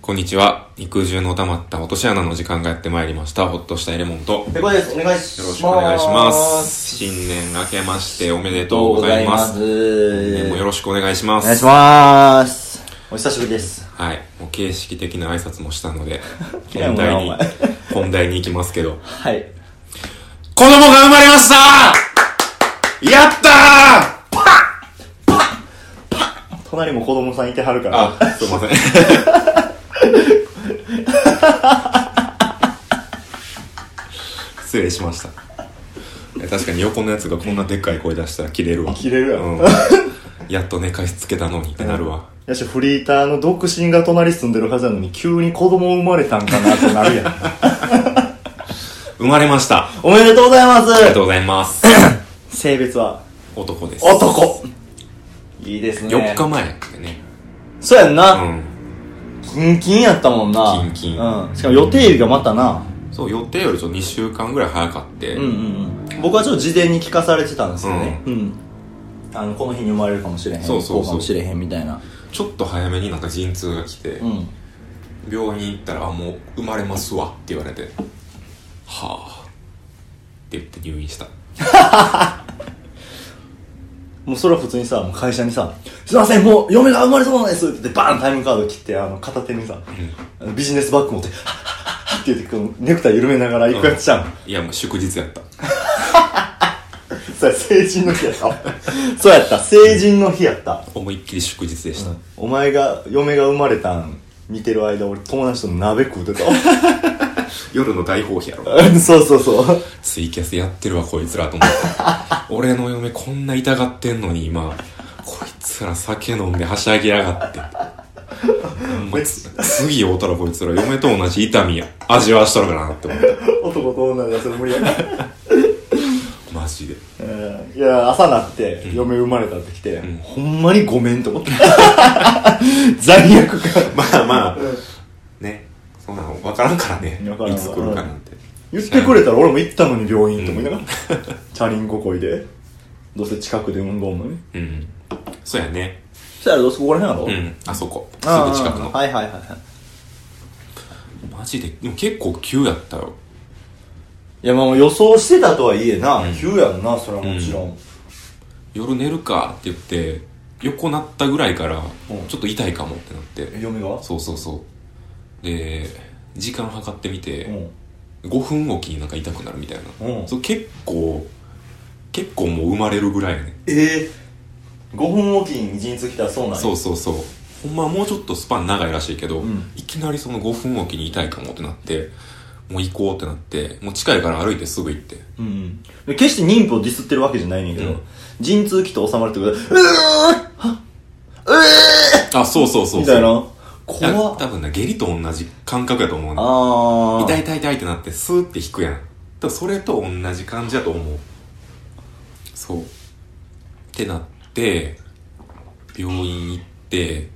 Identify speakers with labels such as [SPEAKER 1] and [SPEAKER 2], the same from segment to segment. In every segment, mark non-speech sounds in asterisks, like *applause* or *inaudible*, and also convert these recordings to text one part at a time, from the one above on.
[SPEAKER 1] こんにちは。肉汁の溜まった落とし穴の時間がやってまいりました。ほっとしたエレモンと。よ
[SPEAKER 2] ペコです。お願いし
[SPEAKER 1] ろ
[SPEAKER 2] ます。
[SPEAKER 1] しくお願いします。新年明けましておめでとうございます。
[SPEAKER 2] お
[SPEAKER 1] 年もよろしくお願いします。
[SPEAKER 2] 願いします。お久しぶりです。
[SPEAKER 1] はい。もう形式的な挨拶もしたので、
[SPEAKER 2] 嫌い
[SPEAKER 1] 本
[SPEAKER 2] もな
[SPEAKER 1] 題
[SPEAKER 2] お
[SPEAKER 1] に
[SPEAKER 2] 前、
[SPEAKER 1] 本題に行きますけど。 *laughs*
[SPEAKER 2] はい。
[SPEAKER 1] 子供が生まれましたやったー
[SPEAKER 2] 隣も子供さんいてはるから。
[SPEAKER 1] あ、すいません。失礼しました。いや確かに横のやつがこんなでっかい声出したら切れるわ。
[SPEAKER 2] 切れるやろ
[SPEAKER 1] うん。やっと寝かしつけたのにってなるわ。
[SPEAKER 2] やし、フリーターの独身が隣住んでるはずなのに、急に子供生まれたんかなってなるやん。
[SPEAKER 1] 生まれました。あ
[SPEAKER 2] おめでとうございま
[SPEAKER 1] りがと
[SPEAKER 2] す
[SPEAKER 1] うございます。
[SPEAKER 2] 性別は
[SPEAKER 1] 男です。
[SPEAKER 2] 男いいですね。
[SPEAKER 1] 4日前でね。
[SPEAKER 2] そうやん
[SPEAKER 1] う
[SPEAKER 2] な。
[SPEAKER 1] ん。
[SPEAKER 2] キンキンやったもんな。
[SPEAKER 1] キンキン
[SPEAKER 2] うん。しかも予定日がまたな。
[SPEAKER 1] そう、予定よりちょっと2週間ぐらい早かって。
[SPEAKER 2] うんうんうん、僕はちょっと事前に聞かされてたんですよね、うんあのこの日に生まれるかもしれへん
[SPEAKER 1] そうそうそう
[SPEAKER 2] こかもしれへんみたいな
[SPEAKER 1] ちょっと早めになんか陣痛が来て。
[SPEAKER 2] うん
[SPEAKER 1] 病院行ったら「あもう生まれますわ」って言われて「はあ」って言って入院した
[SPEAKER 2] もうそれは普通にさもう会社にさ「すいませんもう嫁が生まれそうなんです」って言ってバーンタイムカード切ってあの片手にさ、あのビジネスバッグ持って「はっはっはっ」って言ってこのネクタイ緩めながら行くやつじゃん、
[SPEAKER 1] いやもう祝日やった
[SPEAKER 2] そうや成人の日やったそうやった成人の日やった、
[SPEAKER 1] 思いっきり祝日でした、
[SPEAKER 2] お前が嫁が生まれたん見てる間俺友達と鍋食うてた *laughs*
[SPEAKER 1] 夜の大放棄やろ
[SPEAKER 2] そうそうそう
[SPEAKER 1] ツイキャスやってるわこいつらと
[SPEAKER 2] *laughs*
[SPEAKER 1] 思って俺の嫁こんな痛がってんのに今こいつら酒飲んではしゃぎやが
[SPEAKER 2] *laughs*
[SPEAKER 1] ってほんまつ次会うたらこいつら嫁と同じ痛みや味わわしとるかなって思って
[SPEAKER 2] 男と女がそれ無理やから
[SPEAKER 1] マジで
[SPEAKER 2] うんいや、朝なって、嫁生まれたって来て、
[SPEAKER 1] ん
[SPEAKER 2] ほんまにごめんと思って。 *laughs* 罪悪感。
[SPEAKER 1] *laughs* まあまあねそんなの分からんからね
[SPEAKER 2] 分からん
[SPEAKER 1] いつ来るかなんて
[SPEAKER 2] 言ってくれたら俺も行ったのに病院と思いながら、 *laughs* チャリンコこいで、どうせ近くで運動もね。
[SPEAKER 1] うんそうやね
[SPEAKER 2] そしたらどうせここら辺
[SPEAKER 1] う
[SPEAKER 2] やろ
[SPEAKER 1] んあそこす
[SPEAKER 2] あ
[SPEAKER 1] ぐ
[SPEAKER 2] あ
[SPEAKER 1] 近くの
[SPEAKER 2] はいはいはいはい。
[SPEAKER 1] マジででも結構急やったよ
[SPEAKER 2] いや、まあ予想してたとはいえな、急やんな、それはもちろん。
[SPEAKER 1] 夜寝るかって言って横なったぐらいから
[SPEAKER 2] うん
[SPEAKER 1] ちょっと痛いかもってなって
[SPEAKER 2] 嫁が
[SPEAKER 1] そうそうそうで時間計ってみ
[SPEAKER 2] う
[SPEAKER 1] て
[SPEAKER 2] ん。
[SPEAKER 1] 5分おきになんか痛くなるみたい
[SPEAKER 2] うん
[SPEAKER 1] なそう結構結構もう生まれるぐらいやね
[SPEAKER 2] ええ5分おきに陣痛来たらそうなんや
[SPEAKER 1] そうそうそうほんまはもうちょっとスパン長いらしいけど、
[SPEAKER 2] ん
[SPEAKER 1] いきなりその5分おきに痛いかもってなってもう行こうってなってもう近いから歩いてすぐ行って
[SPEAKER 2] うんうんで決して妊婦をディスってるわけじゃないねんけど、
[SPEAKER 1] うん
[SPEAKER 2] 陣痛期と収まるってことで、うーはう
[SPEAKER 1] あそうそうそうそう
[SPEAKER 2] ーみたいな
[SPEAKER 1] や
[SPEAKER 2] い怖っ
[SPEAKER 1] 多分な下痢と同じ感覚やと思うね
[SPEAKER 2] あー
[SPEAKER 1] 痛い痛い痛いってなってスーって引くやん多分それと同じ感じやと思うそうってなって病院行って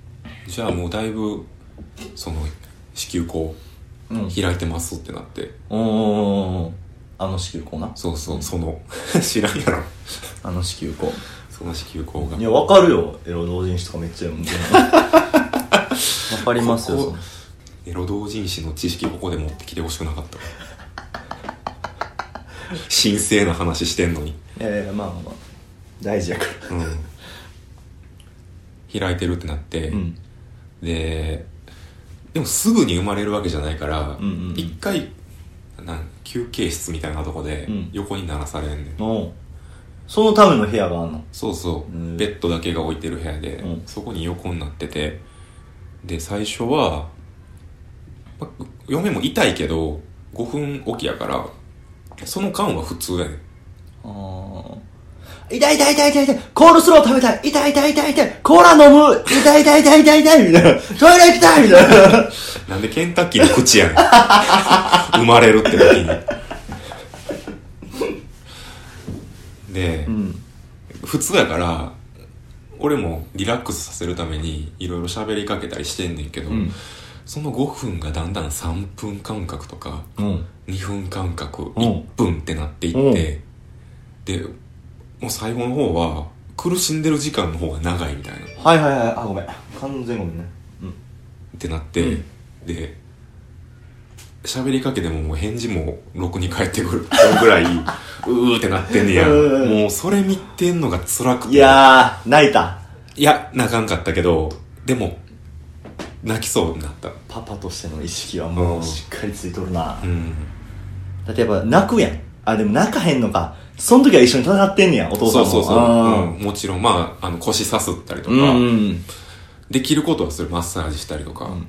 [SPEAKER 1] じゃあもうだいぶその子宮口
[SPEAKER 2] うんうん
[SPEAKER 1] 開いてますってなって
[SPEAKER 2] うんうんうんあの子宮口な
[SPEAKER 1] そうそうその *laughs* 知らんやろ
[SPEAKER 2] あの子宮口
[SPEAKER 1] その子宮口が
[SPEAKER 2] いやわかるよエロ同人誌とかめっちゃ
[SPEAKER 1] *laughs*
[SPEAKER 2] 読んでるわかりますよ
[SPEAKER 1] こ
[SPEAKER 2] そ
[SPEAKER 1] こ
[SPEAKER 2] の
[SPEAKER 1] エロ同人誌の知識ここで持ってきてほしくなかった *laughs* 神聖な話してんのに
[SPEAKER 2] いやいやまあまあまあ大事やから
[SPEAKER 1] うん、開いてるってなって、
[SPEAKER 2] うん
[SPEAKER 1] ででもすぐに生まれるわけじゃないから、
[SPEAKER 2] うんうんうん
[SPEAKER 1] 一回なん休憩室みたいなとこで
[SPEAKER 2] うん
[SPEAKER 1] 横にならされんねん、
[SPEAKER 2] おうそのための部屋があんの
[SPEAKER 1] そうそう、
[SPEAKER 2] うん
[SPEAKER 1] ベッドだけが置いてる部屋で、
[SPEAKER 2] うん
[SPEAKER 1] そこに横になっててで最初は、まあ嫁も痛いけど5分おきやからその間は普通やねん
[SPEAKER 2] あー痛い痛い痛い痛い痛いコールスロー食べたい痛い痛い痛い痛いコーラ飲む痛い痛い痛い痛い痛いみたいなトイレ行きたいみたいな
[SPEAKER 1] なんでケンタッキーの口
[SPEAKER 2] *laughs*
[SPEAKER 1] やねん生まれるって時にで、
[SPEAKER 2] ん
[SPEAKER 1] 普通やから俺もリラックスさせるためにいろいろ喋りかけたりしてんねんけど、
[SPEAKER 2] うん
[SPEAKER 1] その5分がだんだん3分間隔とか
[SPEAKER 2] うん
[SPEAKER 1] 2分間隔
[SPEAKER 2] うん
[SPEAKER 1] 1分ってなっていって、でもう最後の方は苦しんでる時間の方が長いみたいな
[SPEAKER 2] はいはいはいあごめん完全ごめんねうん
[SPEAKER 1] ってなって、
[SPEAKER 2] うん
[SPEAKER 1] で喋りかけてももう返事もろくに返ってくるぐ
[SPEAKER 2] *laughs*
[SPEAKER 1] らいうーってなってんねや
[SPEAKER 2] うん
[SPEAKER 1] もうそれ見てんのが辛くて
[SPEAKER 2] いやー、泣いた。
[SPEAKER 1] いや泣かんかったけどでも泣きそうになった
[SPEAKER 2] パパとしての意識は
[SPEAKER 1] う
[SPEAKER 2] も
[SPEAKER 1] ん
[SPEAKER 2] うしっかりついとるな。
[SPEAKER 1] うん
[SPEAKER 2] だってやっぱ泣くやん。あ、でも泣かへんのか。その時は一緒に戦ってんねや、お父さん
[SPEAKER 1] そうそ
[SPEAKER 2] も。
[SPEAKER 1] うそう、
[SPEAKER 2] あ
[SPEAKER 1] うん、もちろんまああの腰さすったりと
[SPEAKER 2] ー
[SPEAKER 1] か、
[SPEAKER 2] うんうん。
[SPEAKER 1] できることはするマッサージしたりとか
[SPEAKER 2] ん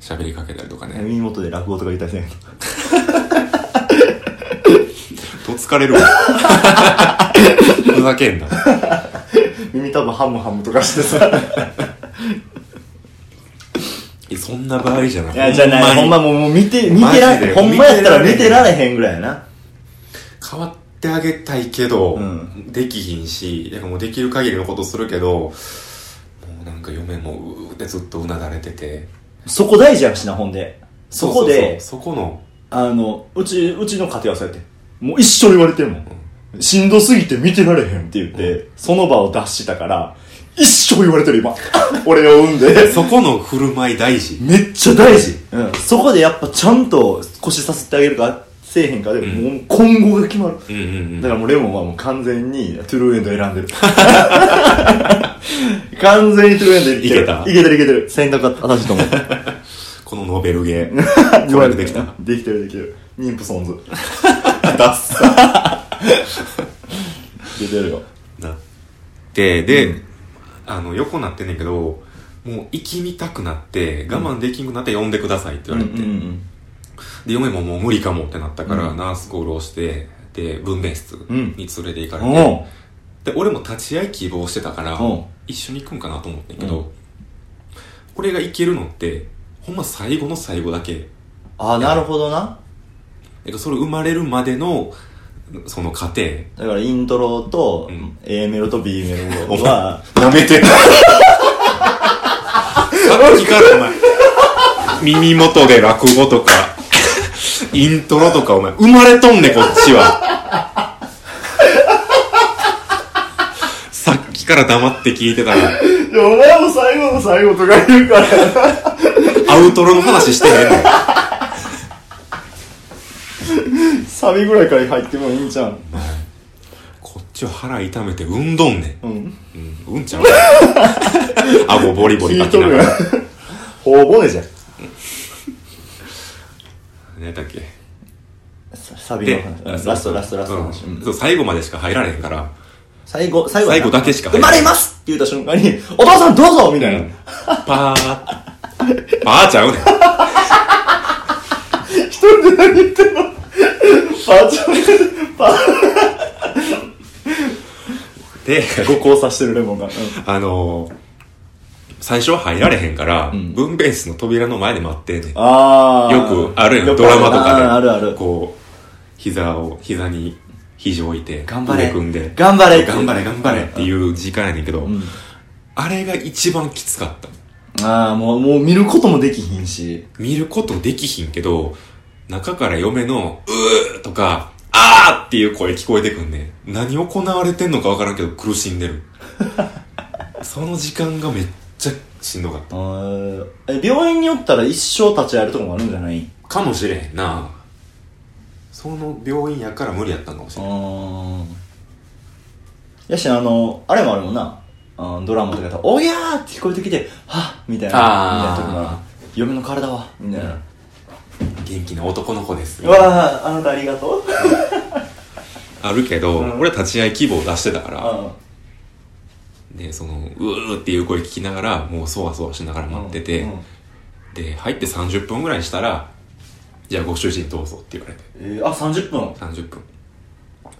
[SPEAKER 1] 喋、りかけたりとかね
[SPEAKER 2] 耳元で落語とか言いたいね。
[SPEAKER 1] と疲れるわふざけんな
[SPEAKER 2] *laughs* 耳多分ハムハムとかしてさ。
[SPEAKER 1] えそんな場合じゃない
[SPEAKER 2] いや、じゃない。ほんまもうもう見て、見てら
[SPEAKER 1] マジで
[SPEAKER 2] れ、ほんまやったら
[SPEAKER 1] 見
[SPEAKER 2] 見
[SPEAKER 1] て
[SPEAKER 2] て
[SPEAKER 1] ら
[SPEAKER 2] ら
[SPEAKER 1] れ
[SPEAKER 2] れへんぐらいやな。
[SPEAKER 1] 変わってあげたいけど、
[SPEAKER 2] うん
[SPEAKER 1] できひんしだからもうできる限りのことするけどもうなんか嫁もうーってずっとうなだれてて
[SPEAKER 2] そこ大事やしな、ほんで。そこで、
[SPEAKER 1] そうそうそうそこの
[SPEAKER 2] あの、うち、うちの家庭はそうやって。もう一緒に言われてんもん。しんどすぎて見てられへんって言って、その場を脱したから、一生言われてる今。 *laughs* 俺を産んで。
[SPEAKER 1] そこの振る舞い大事
[SPEAKER 2] めっちゃ大事、うん、そこでやっぱちゃんと腰させてあげるかせえへんかで、
[SPEAKER 1] ん
[SPEAKER 2] もう今後が決まる、
[SPEAKER 1] うんうんうん
[SPEAKER 2] だからもうレモンはもう完全にトゥルーエンド選んでる *laughs* 完全にトゥルーエンドい
[SPEAKER 1] いけた
[SPEAKER 2] いけてるいけてる選択は正しいと *laughs* 思う
[SPEAKER 1] このノベルゲ
[SPEAKER 2] *laughs*
[SPEAKER 1] ーこれでできた
[SPEAKER 2] できてるできてる妊婦ソン
[SPEAKER 1] *laughs*
[SPEAKER 2] ズダッサいけてるよ
[SPEAKER 1] なってで、あの横なってんねんけどもう息みたくなって我慢できんくなって呼んでくださいって言われて、
[SPEAKER 2] ん
[SPEAKER 1] で嫁ももう無理かもってなったから、
[SPEAKER 2] うん
[SPEAKER 1] ナースコールをしてで分娩室に連れて行かれて、
[SPEAKER 2] うんおう
[SPEAKER 1] で俺も立ち会い希望してたから
[SPEAKER 2] うん
[SPEAKER 1] 一緒に行くんかなと思ってんけど、
[SPEAKER 2] うん
[SPEAKER 1] これが行けるのってほんま最後の最後だけ
[SPEAKER 2] あなるほどな
[SPEAKER 1] だからそれ生まれるまでのその過程
[SPEAKER 2] だからイントロと
[SPEAKER 1] うん
[SPEAKER 2] A メロと B メロは
[SPEAKER 1] なめてさっきからお前、耳元で落語とか、イントロとかお前、生まれとんねんこっちは。さっきから黙って聞いてたら、
[SPEAKER 2] いやお前も最後の最後とか言うから
[SPEAKER 1] アウトロの話してへんの。
[SPEAKER 2] サビぐらいから入ってもいいんじゃん。
[SPEAKER 1] こっちは腹痛めてうんどんねん。
[SPEAKER 2] うん。
[SPEAKER 1] うん、うんちゃう。顎ボリボリ
[SPEAKER 2] 聞
[SPEAKER 1] か
[SPEAKER 2] い
[SPEAKER 1] き
[SPEAKER 2] と
[SPEAKER 1] なが
[SPEAKER 2] る
[SPEAKER 1] ら。
[SPEAKER 2] やん。
[SPEAKER 1] *laughs*
[SPEAKER 2] 頬骨じゃん。
[SPEAKER 1] 何やったっけ
[SPEAKER 2] サビ
[SPEAKER 1] で
[SPEAKER 2] の話。ラストラストラストの話。
[SPEAKER 1] うん
[SPEAKER 2] うん
[SPEAKER 1] そう最後までしか入られへんから。
[SPEAKER 2] 最後、最後やな
[SPEAKER 1] 最後だけしか
[SPEAKER 2] 生まれますって言った瞬間に、お父さんどうぞみたいな。
[SPEAKER 1] パー。パーちゃうねん。
[SPEAKER 2] 一人で何言ってんのパーチョン、パー
[SPEAKER 1] で、
[SPEAKER 2] ご交差してるレモンが。
[SPEAKER 1] あのー最初は入られへんから、
[SPEAKER 2] ん
[SPEAKER 1] 分娩室の扉の前で待ってんねん。よ
[SPEAKER 2] あ
[SPEAKER 1] く
[SPEAKER 2] ー。
[SPEAKER 1] あるや
[SPEAKER 2] よ
[SPEAKER 1] ん、
[SPEAKER 2] く
[SPEAKER 1] ドラマとかで。
[SPEAKER 2] あるある。
[SPEAKER 1] こう、膝を、膝に、肘置いて、
[SPEAKER 2] 頑張れ
[SPEAKER 1] 腕組んで、
[SPEAKER 2] 頑張れ
[SPEAKER 1] 頑張れ、頑張れっていう時間やねんけど、
[SPEAKER 2] ん
[SPEAKER 1] あれが一番きつかった。
[SPEAKER 2] あー、もう、もう見ることもできひんし。
[SPEAKER 1] 見ることできひんけど、中から嫁の、うーとか、あーっていう声聞こえてくんねん。何行われてんのかわからんけど苦しん
[SPEAKER 2] *laughs*
[SPEAKER 1] でる。その時間がめっちゃしんどかった。
[SPEAKER 2] あーえ病院によったら一生立ち会えるとこもあるんじゃない
[SPEAKER 1] かもしれへんなその病院やから無理やったんかもしれん
[SPEAKER 2] あーやしあのあれもあるもんなあードラマとかやったら「おやー!」って聞こえてきて「はっ!」みたいなみたい
[SPEAKER 1] あー
[SPEAKER 2] な時もある嫁の体はみたいな
[SPEAKER 1] 元気な男の子です
[SPEAKER 2] うわーあなたありがとう
[SPEAKER 1] あるけど、
[SPEAKER 2] うん
[SPEAKER 1] 俺は立ち会い希望出してたから、
[SPEAKER 2] あ
[SPEAKER 1] でそのうーっていう声聞きながらもうそわそわしながら待ってて、で入って30分ぐらいしたらじゃあご主人どうぞって言われて
[SPEAKER 2] えー、あ三30分
[SPEAKER 1] 30分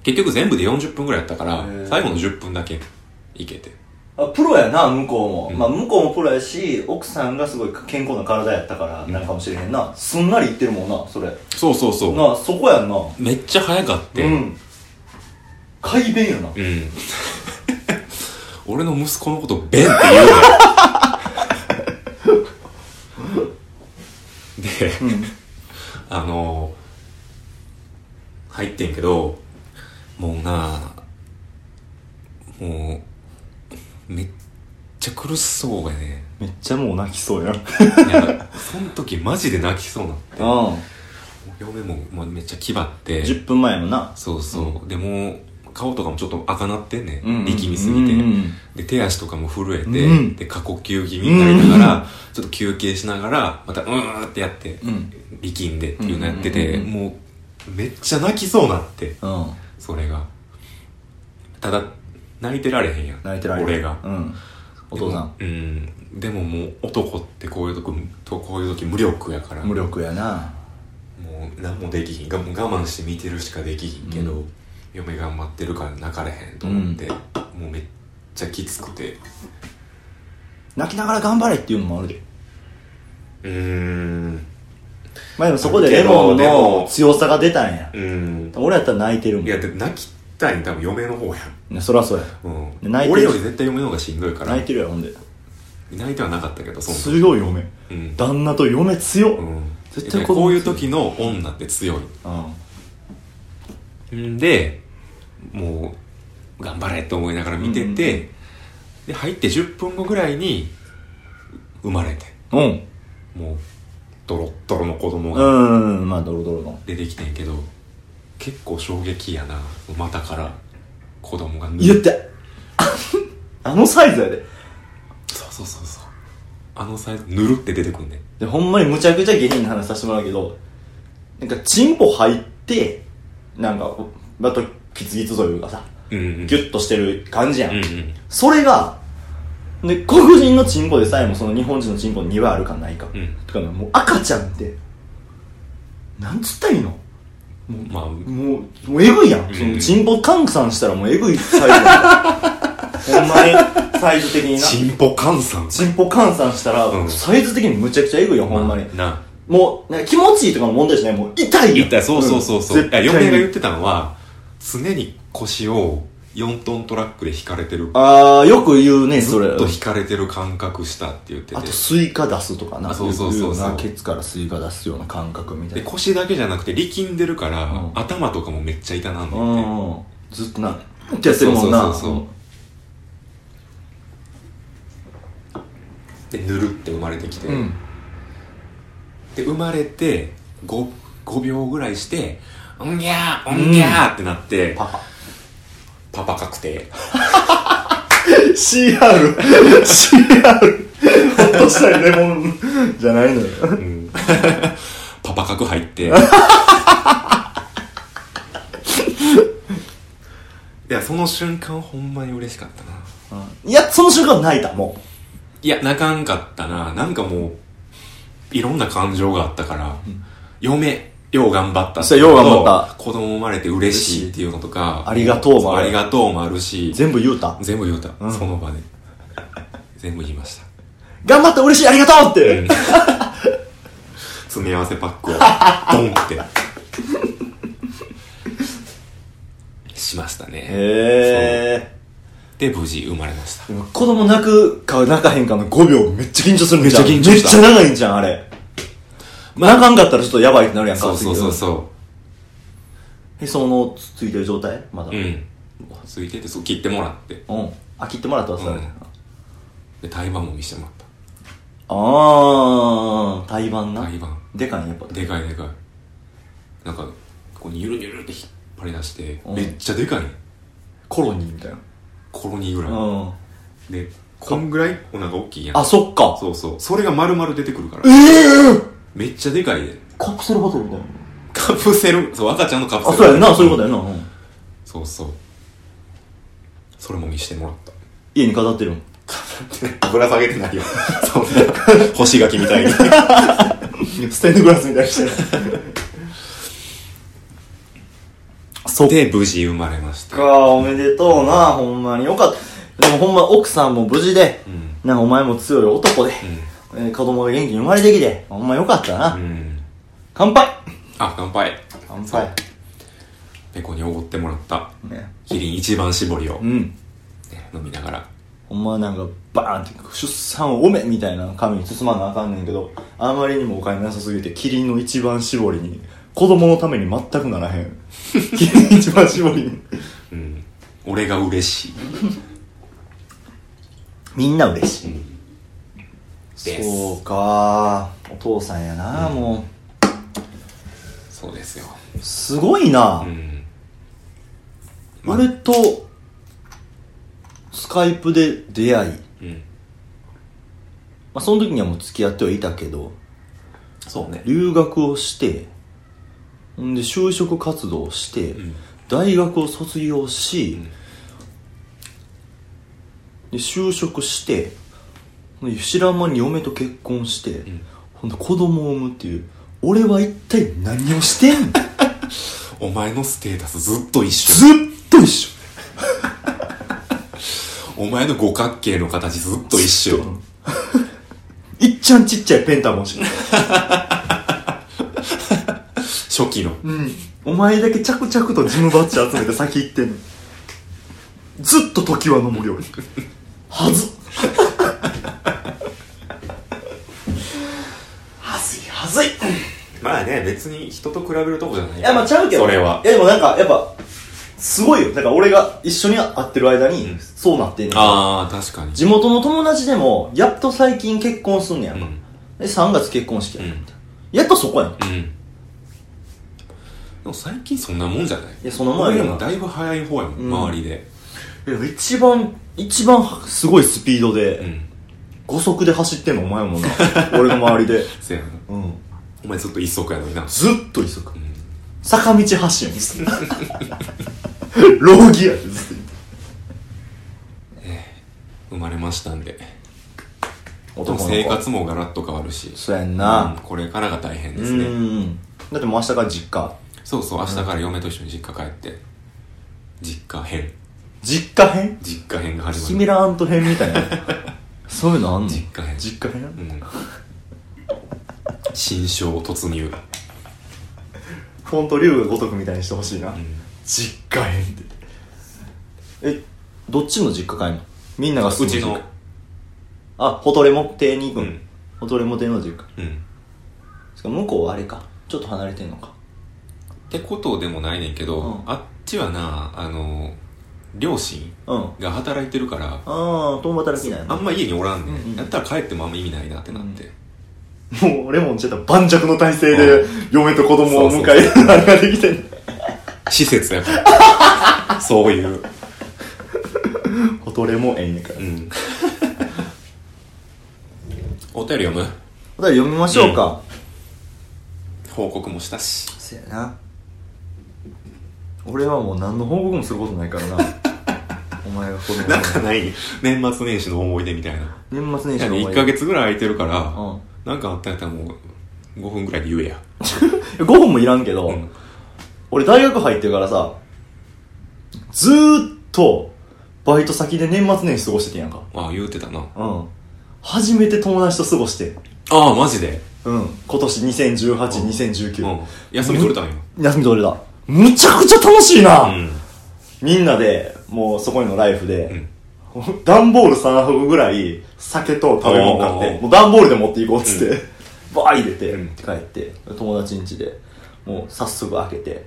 [SPEAKER 1] 結局全部で40分ぐらいやったから
[SPEAKER 2] へー
[SPEAKER 1] 最後の10分だけいけて
[SPEAKER 2] あプロやな向こ
[SPEAKER 1] う
[SPEAKER 2] うも、
[SPEAKER 1] ん
[SPEAKER 2] まあ向こうもプロやし奥さんがすごい健康な体やったからなんかもしれへんな、すんなりいってるもんなそれ
[SPEAKER 1] そうそうそう
[SPEAKER 2] なそこやんなう
[SPEAKER 1] めっちゃ早かって
[SPEAKER 2] ん快便やな
[SPEAKER 1] うん *laughs* 俺の息子のことベンって言うなよ *laughs* で、あの入ってんけどもうなもうめっちちゃ苦しそうやね
[SPEAKER 2] めっちゃもう泣きそうやん。
[SPEAKER 1] いやその時マジで泣きそうなって
[SPEAKER 2] うん。
[SPEAKER 1] 嫁も、まあ、めっちゃ気張って
[SPEAKER 2] 10分前もな。
[SPEAKER 1] そうそう、でも顔とかもちょっと赤なってんね、
[SPEAKER 2] うんうん
[SPEAKER 1] 力みすぎて、
[SPEAKER 2] うんうん
[SPEAKER 1] で手足とかも震えて、
[SPEAKER 2] うん
[SPEAKER 1] で過呼吸気味になりながら、ちょっと休憩しながらまたうーってやって、
[SPEAKER 2] うん
[SPEAKER 1] 力んでっていうのやってて、
[SPEAKER 2] うんうん
[SPEAKER 1] もうめっちゃ泣きそうなって
[SPEAKER 2] うん。
[SPEAKER 1] それがただ泣いてられへんやん
[SPEAKER 2] 泣いてる間
[SPEAKER 1] 俺が、
[SPEAKER 2] うん。お父さん。
[SPEAKER 1] でもうんでももう男ってこういうとことこういう時無力やから
[SPEAKER 2] 無力やな。
[SPEAKER 1] もう何もできひんが我慢して見てるしかできひんけど、
[SPEAKER 2] う
[SPEAKER 1] 嫁頑張ってるから泣かれへんと思って、もうめっちゃきつくて
[SPEAKER 2] 泣きながら頑張れっていうのもあるで。
[SPEAKER 1] うーん
[SPEAKER 2] まあでもそこでレモン
[SPEAKER 1] けどで
[SPEAKER 2] の
[SPEAKER 1] も
[SPEAKER 2] 強さが出たんや
[SPEAKER 1] う。ん
[SPEAKER 2] 俺やったら泣いてるもん。
[SPEAKER 1] いやで泣きたいん多分嫁の方や
[SPEAKER 2] ねそらそうや。
[SPEAKER 1] ん、うん、
[SPEAKER 2] 泣いてる
[SPEAKER 1] 俺より絶対嫁の方がしんどいから
[SPEAKER 2] 泣いてるやろ、ほんで。
[SPEAKER 1] 泣いてはなかったけどその時
[SPEAKER 2] 強い嫁。
[SPEAKER 1] うん
[SPEAKER 2] 旦那と嫁強っ。
[SPEAKER 1] うん
[SPEAKER 2] 絶対子供
[SPEAKER 1] こういう時の女って強い
[SPEAKER 2] うん。
[SPEAKER 1] んでもう頑張れと思いながら見てて、
[SPEAKER 2] うんうん
[SPEAKER 1] で入って10分後ぐらいに生まれて
[SPEAKER 2] うん。
[SPEAKER 1] もうドロッドロの子供
[SPEAKER 2] う
[SPEAKER 1] が
[SPEAKER 2] んうん、まあ、ドロドロの。
[SPEAKER 1] 出てきてんけど、結構衝撃やな股から子供が
[SPEAKER 2] 言っ
[SPEAKER 1] そう
[SPEAKER 2] て。あのサイズやで。
[SPEAKER 1] そうそうそうあのサイズぬるって出てくんねん
[SPEAKER 2] で、ほんまにむちゃくちゃ下品な話させてもらうけど、なんか、チンポ入って、なんか、また、キツキツというかさ、
[SPEAKER 1] うんうん
[SPEAKER 2] ギュッとしてる感じやん。
[SPEAKER 1] うんうん
[SPEAKER 2] それが、で、黒人のチンポでさえもその日本人のチンポの2倍あるかないか。
[SPEAKER 1] うん
[SPEAKER 2] とかね、もう赤ちゃんって、なんつったらいいの
[SPEAKER 1] まあ
[SPEAKER 2] もう、もうえぐいやん。そのチンポ換算したらもうえぐいサイズ
[SPEAKER 1] *laughs*
[SPEAKER 2] やんほんまに、サイズ的にな。
[SPEAKER 1] チンポ換算
[SPEAKER 2] チンポ換算したら、
[SPEAKER 1] うん
[SPEAKER 2] サイズ的にむちゃくちゃえぐいよ、ほんまに。
[SPEAKER 1] な
[SPEAKER 2] もう、なんか気持ちいいとかの問題じゃない、もう痛いよ。
[SPEAKER 1] 言ったそうそうそうそう、
[SPEAKER 2] ん
[SPEAKER 1] いや嫁が言っ
[SPEAKER 2] 絶対に
[SPEAKER 1] てたのは常に腰を4トントラックで引かれてる
[SPEAKER 2] あー、よく言うね、それ
[SPEAKER 1] ずっ。と引かれてる感覚したって言ってて
[SPEAKER 2] あと、スイカ出すとかな。
[SPEAKER 1] あそうそうそうそう
[SPEAKER 2] いよなケツからスイカ出すような感覚みた
[SPEAKER 1] で
[SPEAKER 2] いな。
[SPEAKER 1] 腰だけじゃなくて力んでるから、
[SPEAKER 2] うん
[SPEAKER 1] 頭とかもめっちゃ痛なんだっ
[SPEAKER 2] う
[SPEAKER 1] て、
[SPEAKER 2] んうん。ずっとな、ってやってるもんな。
[SPEAKER 1] そうそうそうでぬるって生まれてきて、
[SPEAKER 2] うん。
[SPEAKER 1] で生まれて 5, 5秒ぐらいして「うんぎゃーうんぎゃー」ってなって、
[SPEAKER 2] パパ。
[SPEAKER 1] パパ確定
[SPEAKER 2] CR。CR。ほっとしたいレモンじゃないのよ。 *laughs*
[SPEAKER 1] うんパパ確入っていやその瞬間ほんまに嬉しかったない
[SPEAKER 2] や、その瞬間泣いた、も
[SPEAKER 1] いや泣かんかったななんかもういろんな感情があったから、嫁よう頑張った
[SPEAKER 2] そうよう頑張った
[SPEAKER 1] 子供生まれて嬉しいっていうのとか
[SPEAKER 2] ありがとうもあ
[SPEAKER 1] あ
[SPEAKER 2] る
[SPEAKER 1] りがとうもあるし
[SPEAKER 2] う。全部言うた。
[SPEAKER 1] 全部言うた、
[SPEAKER 2] ん
[SPEAKER 1] その場で全部言いました *laughs*
[SPEAKER 2] 頑張った、嬉しい、ありがとうって。
[SPEAKER 1] 詰め合わせパックをドンってしましたね
[SPEAKER 2] へー。
[SPEAKER 1] そうで無事生まれました
[SPEAKER 2] でも子供泣くか泣かへんかの5秒めっちゃ緊張するめっ
[SPEAKER 1] ちゃ緊張した
[SPEAKER 2] めっちゃ長いんじゃん、あれ。泣かんかったらちょっとやばいってなるやんか。
[SPEAKER 1] そうそうそう
[SPEAKER 2] う。
[SPEAKER 1] そ
[SPEAKER 2] へそのつついてる状態まだ。
[SPEAKER 1] ううんついててそう切ってもらって
[SPEAKER 2] うん。あ、切ってもらったわ、それ。
[SPEAKER 1] うんで胎盤も見せてもらっ
[SPEAKER 2] あー、胎盤
[SPEAKER 1] た
[SPEAKER 2] な。
[SPEAKER 1] 胎盤
[SPEAKER 2] でかいね、やっぱ。
[SPEAKER 1] でかいでかいなんかこうにゆるにゆるって引っ張り出して
[SPEAKER 2] うん
[SPEAKER 1] めっちゃでかいね
[SPEAKER 2] コロニーみたいな。
[SPEAKER 1] コロニーぐらい
[SPEAKER 2] うん。
[SPEAKER 1] でこんぐらいお腹大きいやん
[SPEAKER 2] あ、そっか。
[SPEAKER 1] そうそうそれが丸々出てくるから
[SPEAKER 2] ええー
[SPEAKER 1] めっちゃでかいで
[SPEAKER 2] カプセルバトルみたいな。
[SPEAKER 1] カプセルそう赤ちゃんのカプセ
[SPEAKER 2] あ、
[SPEAKER 1] ル
[SPEAKER 2] そうやんな、そういうことやんな。うん
[SPEAKER 1] そうそうそれも見してもらった
[SPEAKER 2] 家に飾ってるもん。
[SPEAKER 1] ぶら下げてないよそんな星書きみたいに
[SPEAKER 2] *laughs* ステンドグラスみたいにしてる。 *laughs* そっ
[SPEAKER 1] で無事生まれました
[SPEAKER 2] か、おめでとうな、ほんまに。よかった。でもほんま奥さんも無事で、
[SPEAKER 1] うん
[SPEAKER 2] なんかお前も強い男で、えー子供が元気に生まれてきて、ほんまよかったな。
[SPEAKER 1] うん、うん、
[SPEAKER 2] 乾杯
[SPEAKER 1] あ乾杯
[SPEAKER 2] 乾
[SPEAKER 1] そうペコにおごってもらった
[SPEAKER 2] ね。
[SPEAKER 1] キリン一番搾りを、
[SPEAKER 2] うん。
[SPEAKER 1] ね飲みながら
[SPEAKER 2] ほんまなんか、バーンって、出産おめみたいな紙に包まなあかんねんけど、あまりにもお金なさすぎて、キリンの一番搾りに、子供のために全くならへ
[SPEAKER 1] *laughs*
[SPEAKER 2] ん。キリン一番搾りに。
[SPEAKER 1] うん俺が嬉しい
[SPEAKER 2] みんな嬉しい。
[SPEAKER 1] です
[SPEAKER 2] そうかお父さんやな、も
[SPEAKER 1] そうですよ
[SPEAKER 2] う。すごいな、
[SPEAKER 1] うんま
[SPEAKER 2] 俺と、スカイプで出会い。
[SPEAKER 1] うん
[SPEAKER 2] まあ、その時にはもう付き合ってはいたけど、
[SPEAKER 1] そうね
[SPEAKER 2] 留学をして、んで、就職活動をして、
[SPEAKER 1] うん
[SPEAKER 2] 大学を卒業し、
[SPEAKER 1] ん
[SPEAKER 2] で就職してほんで知らん間に嫁と結婚して、
[SPEAKER 1] ん
[SPEAKER 2] ほんで子供を産むっていう俺は一体何をしてんのずっ
[SPEAKER 1] お前のステータスずっと一緒
[SPEAKER 2] と一緒
[SPEAKER 1] お前の五角形の形ずっと一緒
[SPEAKER 2] うんいっちゃんちっちゃいペンタゴンしか
[SPEAKER 1] 初期の
[SPEAKER 2] うんお前だけ着々とジムバッジ集めて先行ってんのずっと常盤の森をはずはずいはずい
[SPEAKER 1] まあね別に人と比べるとこじゃない
[SPEAKER 2] いや、まあちゃうけど。
[SPEAKER 1] それはい
[SPEAKER 2] や、でもなんか、やっぱ、すごいよ。だから俺が一緒に会ってる間
[SPEAKER 1] う
[SPEAKER 2] に
[SPEAKER 1] ん、
[SPEAKER 2] そうなってんねん。
[SPEAKER 1] ああ確かに
[SPEAKER 2] 地元の友達でも、やっと最近結婚すんねやん
[SPEAKER 1] う
[SPEAKER 2] か。
[SPEAKER 1] ん
[SPEAKER 2] で、3月結婚式
[SPEAKER 1] う
[SPEAKER 2] や
[SPEAKER 1] ん
[SPEAKER 2] ん、
[SPEAKER 1] うんで
[SPEAKER 2] やっとそこやん。い
[SPEAKER 1] も最近そんなもんじゃない
[SPEAKER 2] や、その前
[SPEAKER 1] 俺
[SPEAKER 2] や
[SPEAKER 1] ら
[SPEAKER 2] な
[SPEAKER 1] もだいぶ早い方やもん、
[SPEAKER 2] うん
[SPEAKER 1] 周りで
[SPEAKER 2] いや一番、一番すごいスピードで、
[SPEAKER 1] うん
[SPEAKER 2] 5速で走ってんのお前やもん *laughs* な。俺の周りで。
[SPEAKER 1] せやな
[SPEAKER 2] うん。
[SPEAKER 1] お前ずっと一足やのにな
[SPEAKER 2] ずっと急ぐ
[SPEAKER 1] う。ん
[SPEAKER 2] 坂道発進をす *laughs* る。ローギアでずっ
[SPEAKER 1] 生まれましたんで
[SPEAKER 2] と。
[SPEAKER 1] でも生活もガラッと変わるし
[SPEAKER 2] そうやんな
[SPEAKER 1] うん、これからが大変
[SPEAKER 2] う
[SPEAKER 1] ですね、
[SPEAKER 2] ん。だってもう明日から実家。
[SPEAKER 1] そうそう明日から嫁と一緒に実家帰って実家編
[SPEAKER 2] 実家編
[SPEAKER 1] 実家編が
[SPEAKER 2] キ
[SPEAKER 1] 始ま
[SPEAKER 2] ミ
[SPEAKER 1] る
[SPEAKER 2] ラアント編みたいな。 *laughs* そういうのあんの
[SPEAKER 1] 実家編
[SPEAKER 2] 実家編、
[SPEAKER 1] うん新章突入
[SPEAKER 2] フォント竜が如くみたいにしてほしいな。
[SPEAKER 1] うん
[SPEAKER 2] 実家編って。え、どっちの実家帰んのみんなが住
[SPEAKER 1] う
[SPEAKER 2] む
[SPEAKER 1] ち
[SPEAKER 2] 実家
[SPEAKER 1] の
[SPEAKER 2] あ、ホトレモ邸に行く
[SPEAKER 1] うん
[SPEAKER 2] ん。ホトレモ邸の実家。
[SPEAKER 1] うん
[SPEAKER 2] しかも向こうはあれか。ちょっと離れてんのか。
[SPEAKER 1] ってことでもないねんけど、
[SPEAKER 2] うん
[SPEAKER 1] あっちはなあの両親
[SPEAKER 2] うん。あ
[SPEAKER 1] が働いてるから
[SPEAKER 2] あ、共働きなんや
[SPEAKER 1] あ
[SPEAKER 2] な。
[SPEAKER 1] んま家におらんね、
[SPEAKER 2] うんうん
[SPEAKER 1] んやったら帰ってもあんま意味ないなってなって、
[SPEAKER 2] もう俺もちょっと盤石の体制で、嫁と子供を迎えるあれができてん
[SPEAKER 1] 施設やから
[SPEAKER 2] *laughs*
[SPEAKER 1] そういう
[SPEAKER 2] のホトレモ園やから
[SPEAKER 1] う。
[SPEAKER 2] *laughs*
[SPEAKER 1] んお便り読む
[SPEAKER 2] お便り読みましょうか。
[SPEAKER 1] 報告もしたし
[SPEAKER 2] そやな俺はもう何の報告もすることない *laughs* からなお前が子供
[SPEAKER 1] なんかない年末年始の思い出みたいな。
[SPEAKER 2] 年末年始の
[SPEAKER 1] 1ヶ月ぐらい空いてるから、
[SPEAKER 2] うん
[SPEAKER 1] なんかあったんやったらもう5分ぐらいで言えや。
[SPEAKER 2] 5分もいらんけど、
[SPEAKER 1] うん
[SPEAKER 2] 俺大学入ってからさずーっとバイト先で年末年始過ごしててんやんか
[SPEAKER 1] ああ、言うてたな。
[SPEAKER 2] うん初めて友達と過ごしてん
[SPEAKER 1] ああ、マジで。
[SPEAKER 2] うん今年2018、
[SPEAKER 1] うんう
[SPEAKER 2] 2019
[SPEAKER 1] ん。休み取れたんよ。
[SPEAKER 2] 休み取れたむちゃくちゃ楽しいな、
[SPEAKER 1] うん。
[SPEAKER 2] みんなでもうそこにのライフで、
[SPEAKER 1] うん。
[SPEAKER 2] 段ボール3箱ぐらい酒と食べ物買っ
[SPEAKER 1] おー
[SPEAKER 2] てもう段ボールで持っていこうっつって、 *laughs* バー入れて、
[SPEAKER 1] うん
[SPEAKER 2] 帰って友達ん家でもう早速開けて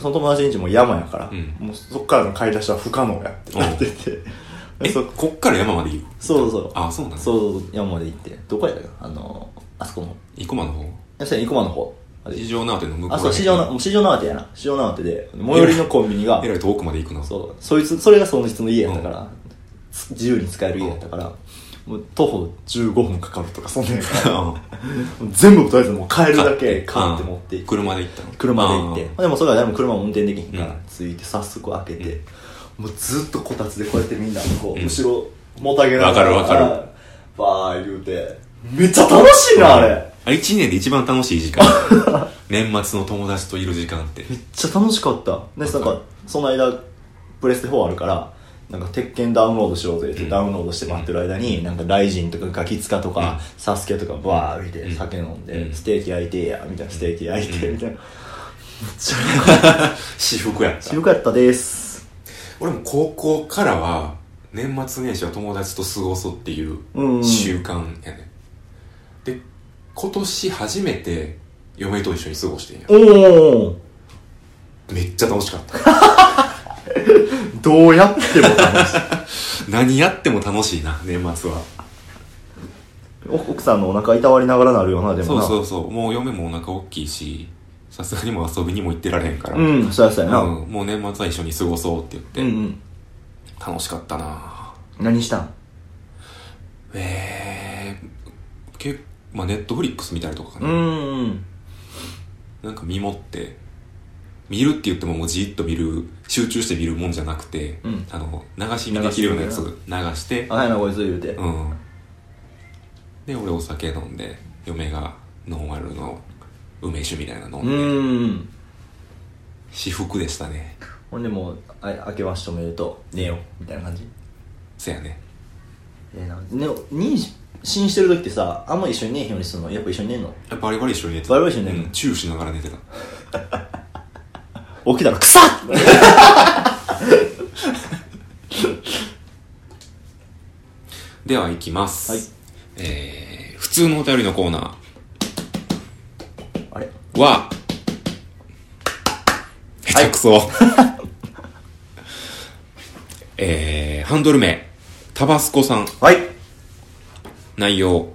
[SPEAKER 2] その友達ん家も山やから、
[SPEAKER 1] うん
[SPEAKER 2] もうそっからの買い出しは不可能やってなってて、
[SPEAKER 1] え、
[SPEAKER 2] そ
[SPEAKER 1] こっから山まで行く
[SPEAKER 2] そうそう
[SPEAKER 1] ああ、そうなんだ。
[SPEAKER 2] そう山まで行ってどこやったかなあのあそこの
[SPEAKER 1] 生駒の方
[SPEAKER 2] 要するに生駒の方あれ
[SPEAKER 1] 市場縄手の向こう
[SPEAKER 2] あそう市場な市場縄手やな市場縄手で最寄りのコンビニが
[SPEAKER 1] えらい遠くまで行くな。
[SPEAKER 2] そうそいつそれがその人の家やったから、つ自由に使える家やったから、もう徒歩15分かかるとかそんなんやからもう *laughs* 全部とりあえずもう買えるだけ買って持って
[SPEAKER 1] うん車で行ったの
[SPEAKER 2] 車で行ってでもそれはでも車も運転できへんから、
[SPEAKER 1] うん
[SPEAKER 2] ついて早速開けて、もうずっとこたつでこうやってみんなこう、
[SPEAKER 1] うん
[SPEAKER 2] 後ろもたげながら
[SPEAKER 1] わかるわか
[SPEAKER 2] るバー言うてめっちゃ楽しいなあれ、
[SPEAKER 1] あ1年で一番楽しい時
[SPEAKER 2] *laughs*
[SPEAKER 1] 間年末の友達といる時間って
[SPEAKER 2] めっちゃ楽しかったでなんかその間プレステ4あるからなんか鉄拳ダウンロードしようぜってダウンロードして待ってる間に、なんかライジンとかガキツカとか、サスケとかバー見て酒飲んで、
[SPEAKER 1] うん
[SPEAKER 2] ステーキ焼いてやみたいなステーキ焼いてみたいな、めっちゃ
[SPEAKER 1] 私服やった
[SPEAKER 2] よかったです
[SPEAKER 1] 俺も高校からは年末年始は友達と過ごそうっていう
[SPEAKER 2] うんうん
[SPEAKER 1] 習慣やね、で今年初めて嫁と一緒に過ごしてんや
[SPEAKER 2] おお *laughs*
[SPEAKER 1] めっちゃ楽しかった
[SPEAKER 2] どうやっても楽し
[SPEAKER 1] 何やっても楽しいな年末は
[SPEAKER 2] お奥さんのお腹いたわりながらなるよなでも
[SPEAKER 1] そう
[SPEAKER 2] な
[SPEAKER 1] そうそうもう嫁もお腹大きいしさすがにもう遊びにも行ってられへんから、
[SPEAKER 2] うんそうやそうやな、うん、
[SPEAKER 1] うんもう年末は一緒に過ごそうって言って、
[SPEAKER 2] うん
[SPEAKER 1] 楽しかったな
[SPEAKER 2] 何したん
[SPEAKER 1] えー、けまあネットフリックス見たりとかか
[SPEAKER 2] う
[SPEAKER 1] な、
[SPEAKER 2] ん
[SPEAKER 1] なんか見持って見るって言ってももうじーっと見る集中して見るもんじゃなくて、
[SPEAKER 2] うん
[SPEAKER 1] あの流し見できるようなやつ
[SPEAKER 2] 流
[SPEAKER 1] 流して
[SPEAKER 2] あはいなこいつ言うて、
[SPEAKER 1] うんで俺お酒飲んで嫁がノンアルの梅酒みたいなの飲ん
[SPEAKER 2] う
[SPEAKER 1] で、
[SPEAKER 2] ーん
[SPEAKER 1] 私服でしたね
[SPEAKER 2] ほんでもうあ明けましておめでとう寝ようみたいな感じ
[SPEAKER 1] せやね
[SPEAKER 2] ええなね妊娠してる時ってさあんま一緒に寝えへんようにするのやっぱ一緒に寝んの
[SPEAKER 1] バリバリ一緒に寝てた
[SPEAKER 2] バリバリ一緒に寝る
[SPEAKER 1] うん、チューしながら寝てた
[SPEAKER 2] 起きたら「くさっ!」
[SPEAKER 1] では行きます、
[SPEAKER 2] はい
[SPEAKER 1] えー、普通のお便りのコーナ
[SPEAKER 2] あれ
[SPEAKER 1] ーは下手くそ、 *laughs* えー、ハンドル名タバスコさん
[SPEAKER 2] はい
[SPEAKER 1] 内容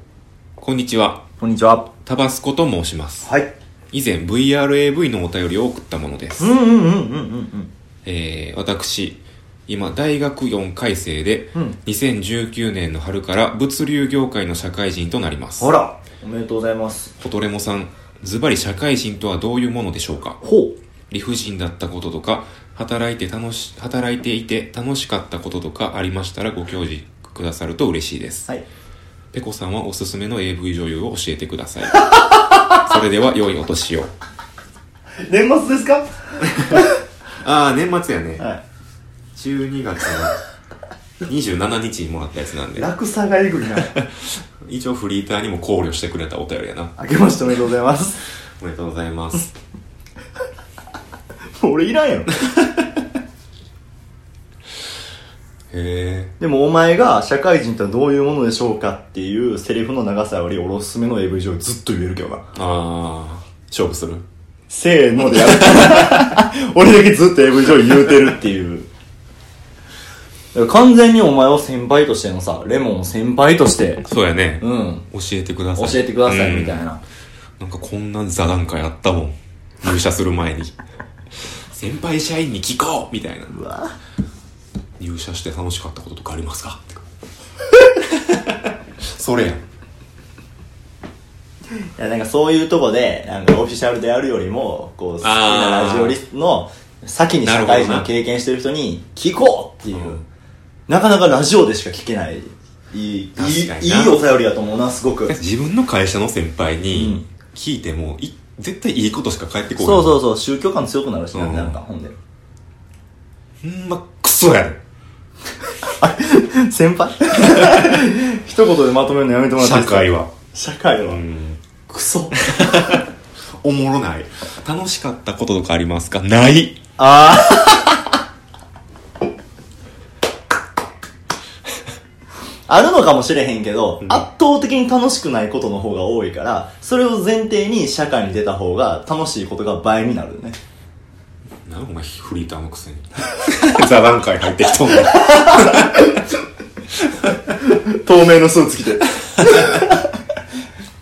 [SPEAKER 1] こんにちは
[SPEAKER 2] こんにちは
[SPEAKER 1] タバスコと申します
[SPEAKER 2] はい
[SPEAKER 1] 以前 VRAV のお便りを送ったものです、
[SPEAKER 2] うんうんうんうんうん
[SPEAKER 1] えー、私今大学4回生で、
[SPEAKER 2] うん
[SPEAKER 1] 2019年の春から物流業界の社会人となります
[SPEAKER 2] ほらおめでとうございます
[SPEAKER 1] ホトレモさんズバリ社会人とはどういうものでしょうか
[SPEAKER 2] ほ
[SPEAKER 1] 理不尽だったこととか働いて楽し働いていて楽しかったこととかありましたらご教示くださると嬉しいです、
[SPEAKER 2] はい
[SPEAKER 1] ペコさんはおすすめの AV 女優を教えてください *laughs* それでは良いお年を
[SPEAKER 2] 年末ですか
[SPEAKER 1] ああ年末やね
[SPEAKER 2] は
[SPEAKER 1] 12月の27日にもらったやつなん
[SPEAKER 2] い
[SPEAKER 1] で
[SPEAKER 2] 落差がえぐいな *laughs*
[SPEAKER 1] 一応フリーターにも考慮してくれたお便りやな
[SPEAKER 2] 明けましておめでとうございます
[SPEAKER 1] おめでとうございます
[SPEAKER 2] もう俺いらんやろ
[SPEAKER 1] へえ
[SPEAKER 2] でもお前が社会人とはどういうものでしょうかっていうセリフの長さより俺おすすめの AV 上ずっと言えるけどな
[SPEAKER 1] ああ勝負する
[SPEAKER 2] せーのでやる *laughs* 俺だけずっと AV 上言うてるっていうだから完全にお前を先輩としてのさレモンを先輩として
[SPEAKER 1] そうやね、
[SPEAKER 2] うん
[SPEAKER 1] 教えてくださ
[SPEAKER 2] 教
[SPEAKER 1] い
[SPEAKER 2] えてください
[SPEAKER 1] うん
[SPEAKER 2] みたいな、
[SPEAKER 1] なんかこんな座談会あったもん。入社する前に。先輩社員に聞こうみたいな。
[SPEAKER 2] うわ
[SPEAKER 1] 入社して楽しかったこととかありますか *laughs* それやん。
[SPEAKER 2] いやなんかそういうとこでなんかオフィシャルでやるよりもこう好きな
[SPEAKER 1] あー
[SPEAKER 2] ラジオリストの先に社会人を経験してる人に聞こうっていう、
[SPEAKER 1] うん
[SPEAKER 2] なかなかラジオでしか聞けないいいいい
[SPEAKER 1] 確か
[SPEAKER 2] い
[SPEAKER 1] に
[SPEAKER 2] い
[SPEAKER 1] な
[SPEAKER 2] お便りだと思う *laughs* なすごく
[SPEAKER 1] 自分の会社の先輩
[SPEAKER 2] う
[SPEAKER 1] に
[SPEAKER 2] ん
[SPEAKER 1] 聞いても、い絶対いいことしか返ってこない。
[SPEAKER 2] そうそうそう宗教感強くなるしな,、
[SPEAKER 1] うん
[SPEAKER 2] なんかほんで
[SPEAKER 1] ほんま、クソやで。
[SPEAKER 2] 先輩 *laughs* 一言でまとめるのやめてもらって
[SPEAKER 1] 社
[SPEAKER 2] いいですか
[SPEAKER 1] 会は。
[SPEAKER 2] 社会は、
[SPEAKER 1] うん。
[SPEAKER 2] クソ
[SPEAKER 1] おもろない。楽しかったこととかありますかない。
[SPEAKER 2] あああるのかもしれへんけど、
[SPEAKER 1] ん
[SPEAKER 2] 圧倒的に楽しくないことの方が多いからそれを前提に社会に出た方が楽しいことが倍になるね
[SPEAKER 1] なんかお前フリーターのくせに。 *laughs* 座談会入ってきとんの。
[SPEAKER 2] 透明のスーツ着て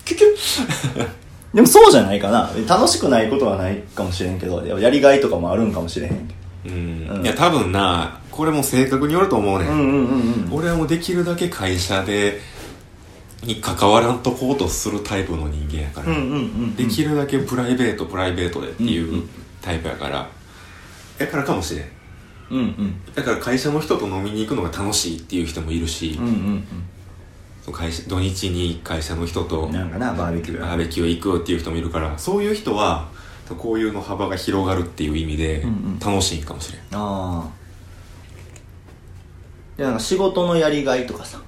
[SPEAKER 2] キュキュでもそうじゃないかな楽しくないことはないかもしれんけどやりがいとかもあるんかもしれへんけ
[SPEAKER 1] うんいや多分なこれも正確によると思うね、
[SPEAKER 2] どうんうんうんうん
[SPEAKER 1] 俺はもうできるだけ会社でに関わらんとこうとするタイプの人間やから、
[SPEAKER 2] うんうんうん
[SPEAKER 1] できるだけプライベートプライベートでっていうタイプやからだからかもしれん
[SPEAKER 2] うんうん
[SPEAKER 1] だから会社の人と飲みに行くのが楽しいっていう人もいるし、
[SPEAKER 2] うんうん
[SPEAKER 1] その会社土日に会社の人
[SPEAKER 2] う
[SPEAKER 1] と
[SPEAKER 2] んなんかなバーベキュー
[SPEAKER 1] バーベキュー行くっていう人もいるからそういう人はこういうの幅が広がるっていう意味で
[SPEAKER 2] うんうん
[SPEAKER 1] 楽しいんかもしれん
[SPEAKER 2] ああでなんか仕事のやりがいとかさ、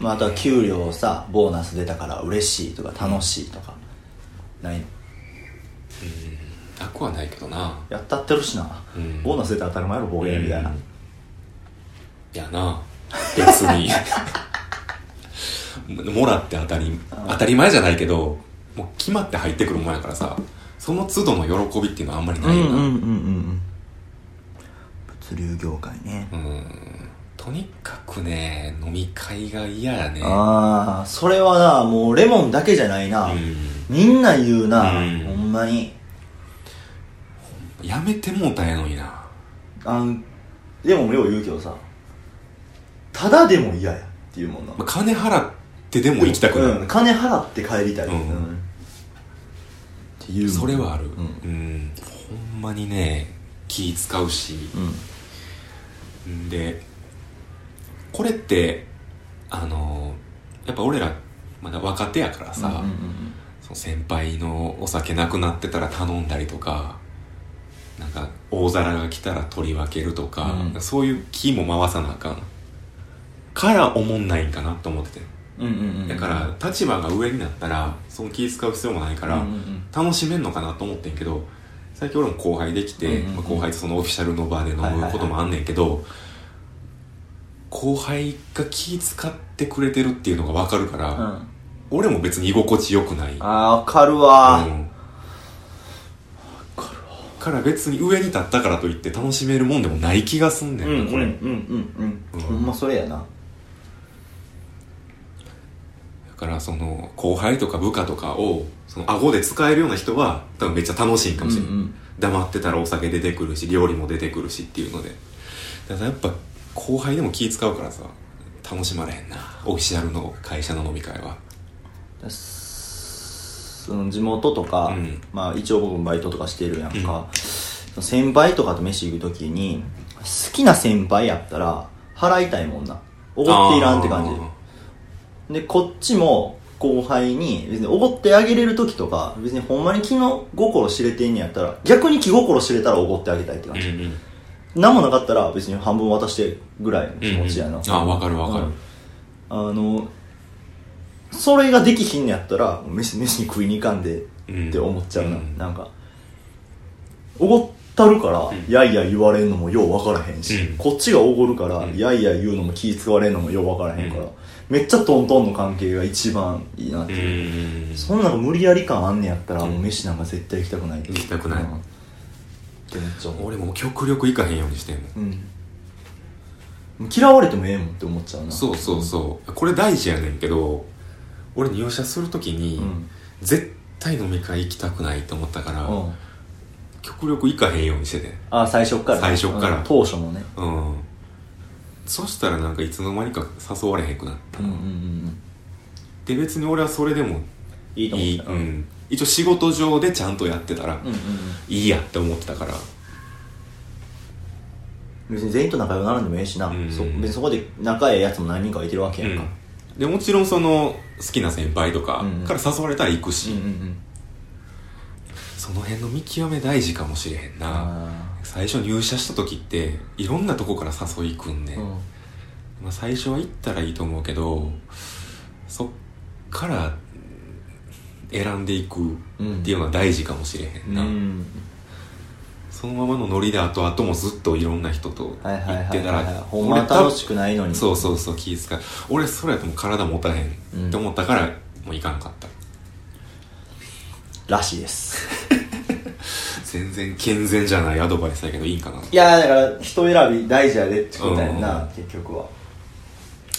[SPEAKER 2] まあ、あとは給料さボーナス出たから嬉しいとか楽しいとかないの
[SPEAKER 1] なくはないけどな
[SPEAKER 2] やったってるしな、
[SPEAKER 1] うん
[SPEAKER 2] ボーナス出たら当たり前やろ暴言みたいな、
[SPEAKER 1] うんやな別に *laughs* もらって当たり当たり前じゃないけどもう決まって入ってくるもんやからさその都度の喜びっていうのはあんまりないよな、
[SPEAKER 2] うんうん物流業界ね
[SPEAKER 1] うんとにかくね飲み会が嫌やね
[SPEAKER 2] ああそれはなもうレモンだけじゃないな、
[SPEAKER 1] うん
[SPEAKER 2] みんな言うな、
[SPEAKER 1] うん
[SPEAKER 2] ほんまに
[SPEAKER 1] やめてもうたんやのにな
[SPEAKER 2] あんでもよう言うけどさただでも嫌やっていうもんな
[SPEAKER 1] まあ金払ってでも行きたくなる、
[SPEAKER 2] うん、金払って帰りたい、
[SPEAKER 1] うん
[SPEAKER 2] っていう
[SPEAKER 1] それはある
[SPEAKER 2] うん
[SPEAKER 1] うん、ほんまにね気使うし
[SPEAKER 2] うん
[SPEAKER 1] んでこれってあのやっぱ俺らまだ若手やからさ、
[SPEAKER 2] うんうん
[SPEAKER 1] その先輩のお酒なくなってたら頼んだりとかなんか大皿が来たら取り分けるとか、
[SPEAKER 2] うん
[SPEAKER 1] そういう気も回さなあかんからおもんないんかなと思ってて
[SPEAKER 2] うんうんうんうん
[SPEAKER 1] だから立場が上になったらその気使う必要もないから、
[SPEAKER 2] うんうんうん
[SPEAKER 1] 楽しめんのかなと思ってんけど最近俺も後輩できて、
[SPEAKER 2] うんうんうん
[SPEAKER 1] まあ後輩とそのオフィシャルの場で飲むこともあんねんけど、後輩が気使ってくれてるっていうのが分かるから、
[SPEAKER 2] うん、あ
[SPEAKER 1] 俺も別に居心地よくない
[SPEAKER 2] あ分かるわ、
[SPEAKER 1] うんから別に上に立ったからといって楽しめるもんでもない気がすんね
[SPEAKER 2] うん
[SPEAKER 1] な、
[SPEAKER 2] んうん
[SPEAKER 1] これ、
[SPEAKER 2] うんうんうんほんまそれやな
[SPEAKER 1] だからその後輩とか部下とかをその顎で使えるような人は多分めっちゃ楽しいんかもしれない、
[SPEAKER 2] うんうん
[SPEAKER 1] 黙ってたらお酒出てくるし料理も出てくるしっていうのでただやっぱ後輩でも気使うからさ楽しまれへんなオフィシャルの会社の飲み会は
[SPEAKER 2] その地元とか、
[SPEAKER 1] うん
[SPEAKER 2] まあ一応僕もバイトとかしてるやん
[SPEAKER 1] うん
[SPEAKER 2] か、先輩とかと飯行く時に好きな先輩やったら払いたいもんなおごっていらんって感
[SPEAKER 1] あー
[SPEAKER 2] じでこっちも後輩に別におごってあげれる時とか別にほんまに気の心知れてんねやったら逆に気心知れたらおごってあげたいって感じ、
[SPEAKER 1] うんうん
[SPEAKER 2] 何もなかったら別に半分渡してぐらいの気持ちやな、
[SPEAKER 1] うんうんあわかるわかる
[SPEAKER 2] うんあのそれができひんのやったら飯飯に食いに行かんで
[SPEAKER 1] うん
[SPEAKER 2] って思っちゃうな、
[SPEAKER 1] うん
[SPEAKER 2] なんかおごったるから、
[SPEAKER 1] ん
[SPEAKER 2] やいや言われんのもよう分からへんし、
[SPEAKER 1] うん
[SPEAKER 2] こっちがおごるから、
[SPEAKER 1] うん
[SPEAKER 2] やいや言うのも気使われんのもよう分からへんから、
[SPEAKER 1] うん
[SPEAKER 2] めっちゃトントンの関係が一番いいなって
[SPEAKER 1] う
[SPEAKER 2] いう、
[SPEAKER 1] ん
[SPEAKER 2] そんなの無理やり感あんねやったら、
[SPEAKER 1] うん
[SPEAKER 2] もう飯なんか絶対行きたくない行
[SPEAKER 1] 行きたくない
[SPEAKER 2] ってめっちゃ思う
[SPEAKER 1] 俺もう極力行かへんようにしてんの
[SPEAKER 2] うん嫌われてもええもんって思っちゃうな
[SPEAKER 1] そうそうそうこれ大事やねんけど俺入社するときに、
[SPEAKER 2] うん
[SPEAKER 1] 絶対飲み会行きたくないと思ったから、
[SPEAKER 2] うん
[SPEAKER 1] 極力行かへんようにしてて
[SPEAKER 2] あ最初っからね
[SPEAKER 1] 最初っから
[SPEAKER 2] うん当初のね
[SPEAKER 1] うんそしたらなんかいつの間にか誘われへんくなっ
[SPEAKER 2] う
[SPEAKER 1] た
[SPEAKER 2] ん
[SPEAKER 1] な、
[SPEAKER 2] うんうんうん
[SPEAKER 1] で別に俺はそれでも
[SPEAKER 2] いいと思
[SPEAKER 1] いい、
[SPEAKER 2] っ
[SPEAKER 1] う
[SPEAKER 2] たうん
[SPEAKER 1] ん、一応仕事上でちゃんとやってたら、
[SPEAKER 2] うんうん
[SPEAKER 1] いいやって思ってたから
[SPEAKER 2] 別に全員と仲良くならんでもええしな、
[SPEAKER 1] うん
[SPEAKER 2] そ別にそこで仲ええやつも何人かいてるわけやんか、
[SPEAKER 1] うんでもちろんその好きな先輩とか
[SPEAKER 2] うんうん
[SPEAKER 1] から誘われたら行くし、
[SPEAKER 2] うんうん
[SPEAKER 1] その辺の見極め大事かもしれへんな
[SPEAKER 2] あ
[SPEAKER 1] 最初入社した時っていろんなとこから誘いくんね、
[SPEAKER 2] ー
[SPEAKER 1] んまあ、最初は行ったらいいと思うけどそっから選んでいくっていうのは大事かもしれへ
[SPEAKER 2] うんん、
[SPEAKER 1] な、
[SPEAKER 2] うん、
[SPEAKER 1] そのままのノリで後々もずっといろんな人と
[SPEAKER 2] はいはい
[SPEAKER 1] 行っ
[SPEAKER 2] はい
[SPEAKER 1] てた
[SPEAKER 2] はい
[SPEAKER 1] ら
[SPEAKER 2] ほんまは楽しくないのに
[SPEAKER 1] そうそうそう気遣う俺それやともう体持たへんって思ったからもう行かんかった、
[SPEAKER 2] らしいです *laughs*
[SPEAKER 1] 全然健全じゃないアドバイスだけどいいんかない
[SPEAKER 2] やーだから人選び大事やでってことやんな、
[SPEAKER 1] うん
[SPEAKER 2] 結局は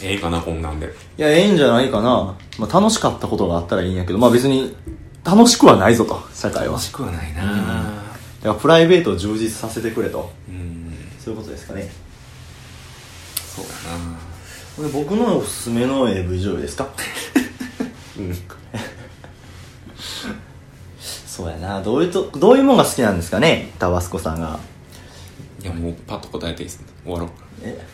[SPEAKER 1] ええかなこんなんで
[SPEAKER 2] いや、ええんじゃないかな。まあ、楽しかったことがあったらいいんやけど、まあ別に、楽しくはないぞと、社会は。
[SPEAKER 1] 楽しくはないな
[SPEAKER 2] だからプライベートを充実させてくれと。
[SPEAKER 1] うん、
[SPEAKER 2] そういうことですかね。
[SPEAKER 1] そうだな
[SPEAKER 2] これ僕のおすすめの AV 女優ですか
[SPEAKER 1] うん
[SPEAKER 2] そうやな。どういうと、どういうもんが好きなんですかねタバスコさんが。
[SPEAKER 1] いやもうパッと答えていいっす終わろう
[SPEAKER 2] え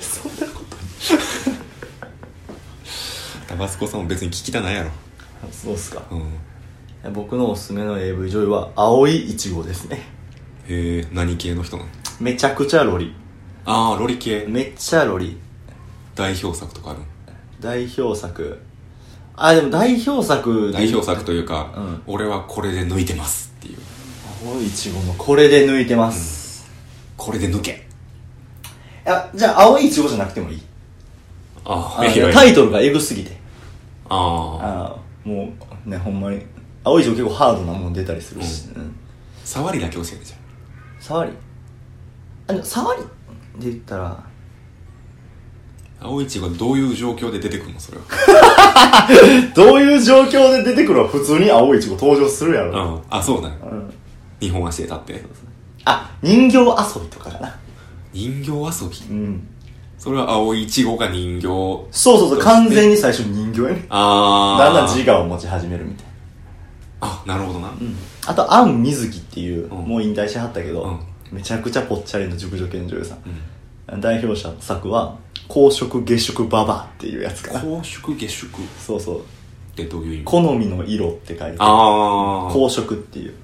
[SPEAKER 2] そんなこと
[SPEAKER 1] タバスコさんも別に聞きたないやろ
[SPEAKER 2] そうっすか。
[SPEAKER 1] うん
[SPEAKER 2] 僕のおすすめの AV 女優は、青いイチゴですね。
[SPEAKER 1] へえ何系の人なの
[SPEAKER 2] めちゃくちゃロリ。
[SPEAKER 1] ああロリ系
[SPEAKER 2] めっちゃロリ。
[SPEAKER 1] 代表作とかある
[SPEAKER 2] 代表作あでも代表作
[SPEAKER 1] 代表
[SPEAKER 2] 作
[SPEAKER 1] 作というか、
[SPEAKER 2] うん
[SPEAKER 1] 俺はこれで抜いてますっていう
[SPEAKER 2] 青いちごのこれで抜いてます、
[SPEAKER 1] これで抜け
[SPEAKER 2] あじゃあ青いちごじゃなくてもいい
[SPEAKER 1] あ
[SPEAKER 2] あ
[SPEAKER 1] いやいや
[SPEAKER 2] タイトルがエグすぎて
[SPEAKER 1] ああ
[SPEAKER 2] あもうねほんまに青いちご結構ハードなもん出たりするし、うん
[SPEAKER 1] 触りだけ教えてじゃん
[SPEAKER 2] 触りあの触りで言ったら
[SPEAKER 1] 青いちごはどういう状況で出てくるの
[SPEAKER 2] *laughs*
[SPEAKER 1] それは。
[SPEAKER 2] どういう状況で出てくるの普通に青いちご登場するやろ、
[SPEAKER 1] うん。あ、そうなんや。
[SPEAKER 2] うん
[SPEAKER 1] 日本足で立って。
[SPEAKER 2] あ人形遊びとかかな
[SPEAKER 1] 人形遊び
[SPEAKER 2] うん
[SPEAKER 1] それは青いちごが人形。
[SPEAKER 2] そうそうそう完全に最初に人形やね
[SPEAKER 1] あー。
[SPEAKER 2] だんだん自我を持ち始めるみたいな
[SPEAKER 1] あ、なるほどな。
[SPEAKER 2] あとアン・ミズキっていう、
[SPEAKER 1] うん
[SPEAKER 2] もう引退しはったけど、
[SPEAKER 1] うん
[SPEAKER 2] めちゃくちゃぽっちゃりの熟女系の女優さん、
[SPEAKER 1] うん。
[SPEAKER 2] 代表者作は「公職月食ババア」っていうやつかな
[SPEAKER 1] 公祝下宿っ
[SPEAKER 2] そうそう
[SPEAKER 1] てどういう意
[SPEAKER 2] 「
[SPEAKER 1] 味
[SPEAKER 2] 好みの色」って書いて
[SPEAKER 1] あー。
[SPEAKER 2] 公職っていう